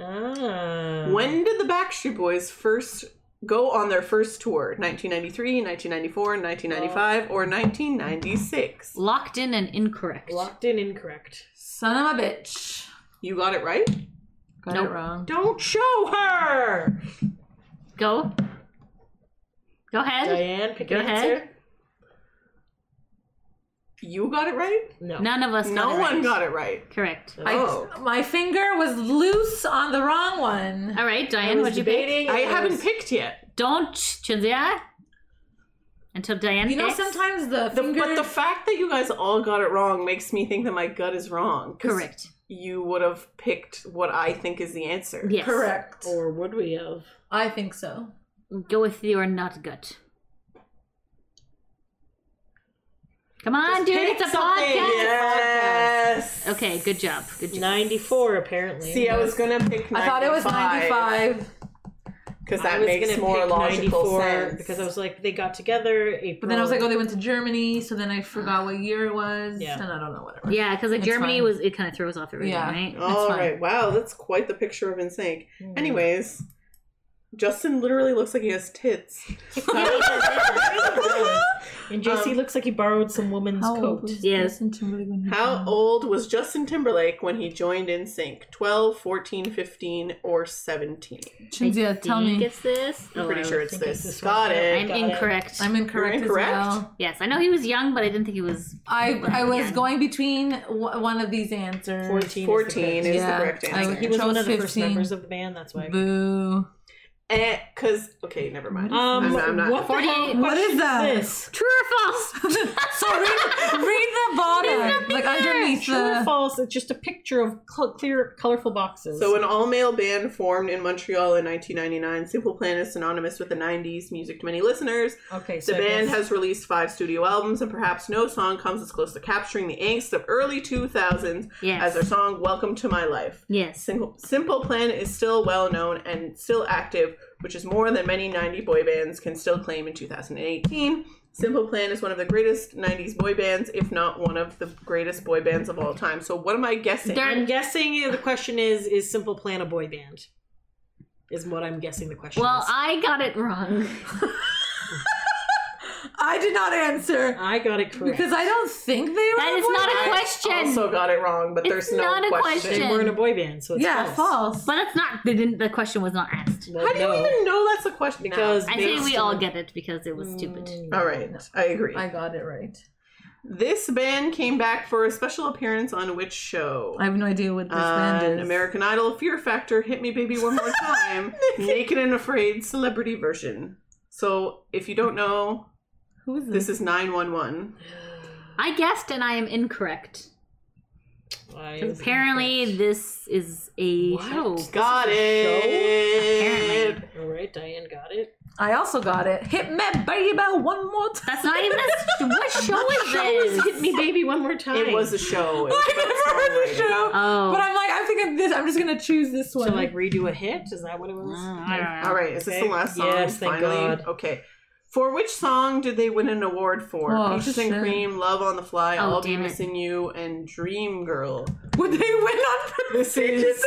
Ah. When did the Backstreet Boys first go on their first tour? 1993, 1994, 1995, or 1996? Locked in and incorrect. Locked in incorrect. Son of a bitch. You got it right? Got Nope. it wrong. Don't show her. Go. Go ahead. Diane, pick Go an ahead. answer. You got it right? No. None of us. no got it one right. got it right. Correct. I- Oh. my finger was loose on the wrong one. All right, I Diane. was What'd you pick? debating. I it haven't was- picked yet. Don't Chinzia. Until Diane. You know, picks. sometimes the The- finger. but the fact that you guys all got it wrong makes me think that my gut is wrong. 'cause Correct. You would have picked what I think is the answer. Yes. Correct. Or would we have? I think so. Go with your not gut. Come on, Just dude. pick It's a something. podcast. Yes. Okay, good job. Good job. Ninety-four apparently. See, I was gonna pick. 95, I thought it was 95. because I that was makes gonna more pick logical 94 sense. because I was like, they got together April. But then I was like, oh, they went to Germany, so then I Ah. forgot what year it was, Yeah. and I don't know, whatever. Yeah, because like It's Germany fine. was, it kind of throws off everything, Yeah. right? That's All fine. right, wow, that's quite the picture of NSYNC. Anyways, Justin literally looks like he has tits. and JC um, looks like he borrowed some woman's coat. Yes. Mm-hmm. How old was Justin Timberlake when he joined NSYNC? 12, 14, 15, or 17? Chinzia, tell think me. It's this. I'm Oh, pretty I sure was- it's think this. it's this one. Got I'm it. Got it. incorrect. I'm incorrect, You're incorrect? as well. yes, I know he was young, but I didn't think he was. I, I was Yeah. going between w- one of these answers. 14. 14 is the Yeah, correct I answer. He was Chose one of the first 15. members of the band, that's why. Boo. Because Eh, okay, never mind. Um, I'm, I'm not. what, the 40 hell What is question that? This? True or false? so read, read the bottom, like underneath True or the. false? It's just a picture of cl- clear, colorful boxes. So, an all male band formed in Montreal in 1999, Simple Plan is synonymous with the 90s music to many listeners. okay, The so I band guess- has released five studio albums, and perhaps no song comes as close to capturing the angst of early 2000s as Yes. their song Welcome to My Life. Yes. Simple, Simple Plan is still well known and still active, which is more than many 90 boy bands can still claim in 2018. Simple Plan is one of the greatest 90s boy bands, if not one of the greatest boy bands of all time. So, what am I guessing? They're- I'm guessing the question is: Is Simple Plan a boy band? Is what I'm guessing the question Well, is. I got it wrong. I did not answer I got it correct. because I don't think they were. That is born. not a I question. also got it wrong, but It's there's no not a question. they question. weren't a boy band, so it's Yeah, false. but that's not. They didn't. The question was not asked. Well, How do no. you even know that's a question? Because I think we based all on- get it because it was Mm. stupid. all right, I agree. Mm. I got it right. This band came back for a special appearance on which show? I have no idea what this Uh, band on is. Uh, American Idol, Fear Factor, Hit Me Baby One More Time, Naked and Afraid celebrity version. So if you don't know, Who is this is 911. I guessed and I am incorrect. I- Because apparently this is a What? show. Got it. Apparently. All right, Diane got it. I also got it. Hit me, baby, one more time. That's not even a what show is this? Hit me, baby, one more time. It was a show. It was I never heard the about songwriting. show. Oh. But I'm like, I'm thinking this. I'm just gonna choose this to one. like redo a hit. Is that what it was? Mm, I don't know. All right, is this Okay. the last song? Yes, thank Finally? God. Okay. For which song did they win an award for? Oh, Peaches shit. and Cream, Love on the Fly, Oh, I'll Be damn it. Missing You, and Dream Girl. would they win on? This is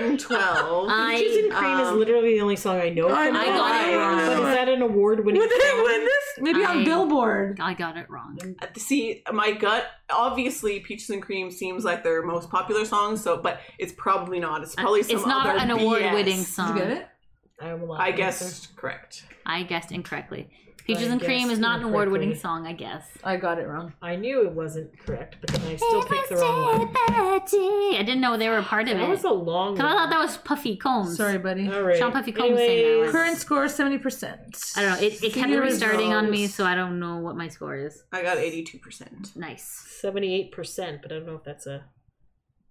112. I- Peaches and Cream is um, literally the only song I know. I from know. that. I got it wrong. But is that an award winning Would they song? win this? Maybe on I- Billboard. I got it wrong. See, my gut obviously Peaches and Cream seems like their most popular song, so but it's probably not. It's probably some Uh, it's not other an BS. award-winning Did song. you get it? I will not I answer. guessed correct. I guessed incorrectly. Peaches I and Cream is guessed not an award-winning incorrectly. song, I guess. I got it wrong. I knew it wasn't correct, but then I still picked the wrong one. I didn't know they were a part of That was it. a long Because I thought one. that was Puffy Combs. Sorry, buddy. All right. Sean Puffy Combs sang that Anyways, one. Current score seventy percent. I don't know. It, it kept Senior restarting on me, results. so I don't know what my score is. I got eighty two percent. Nice. 78%, but I don't know if that's a.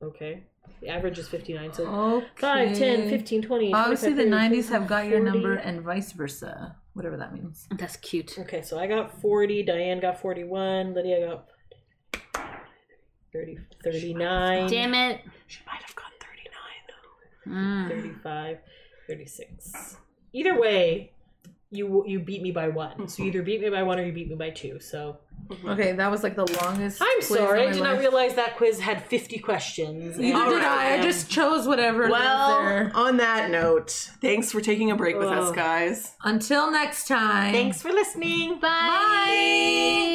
Okay. The average is 59, so Okay. 5, 10, 15, 20. Obviously, 25, 30, the '90s have got your 40. number, and vice versa, whatever that means. That's cute. Okay, so I got 40, Diane got 41, Lydia got 30, 39, Damn it. She might have got thirty nine. Mm. 35, 36. Either way, you you beat me by one. So you either beat me by one or you beat me by two. So Okay, that was like the longest. I'm quiz sorry, I of my did life. not realize that quiz had 50 questions. Neither and- did I. I just chose whatever. was Well, there. on that note, thanks for taking a break with us, Ugh. guys. Until next time. Thanks for listening. Bye.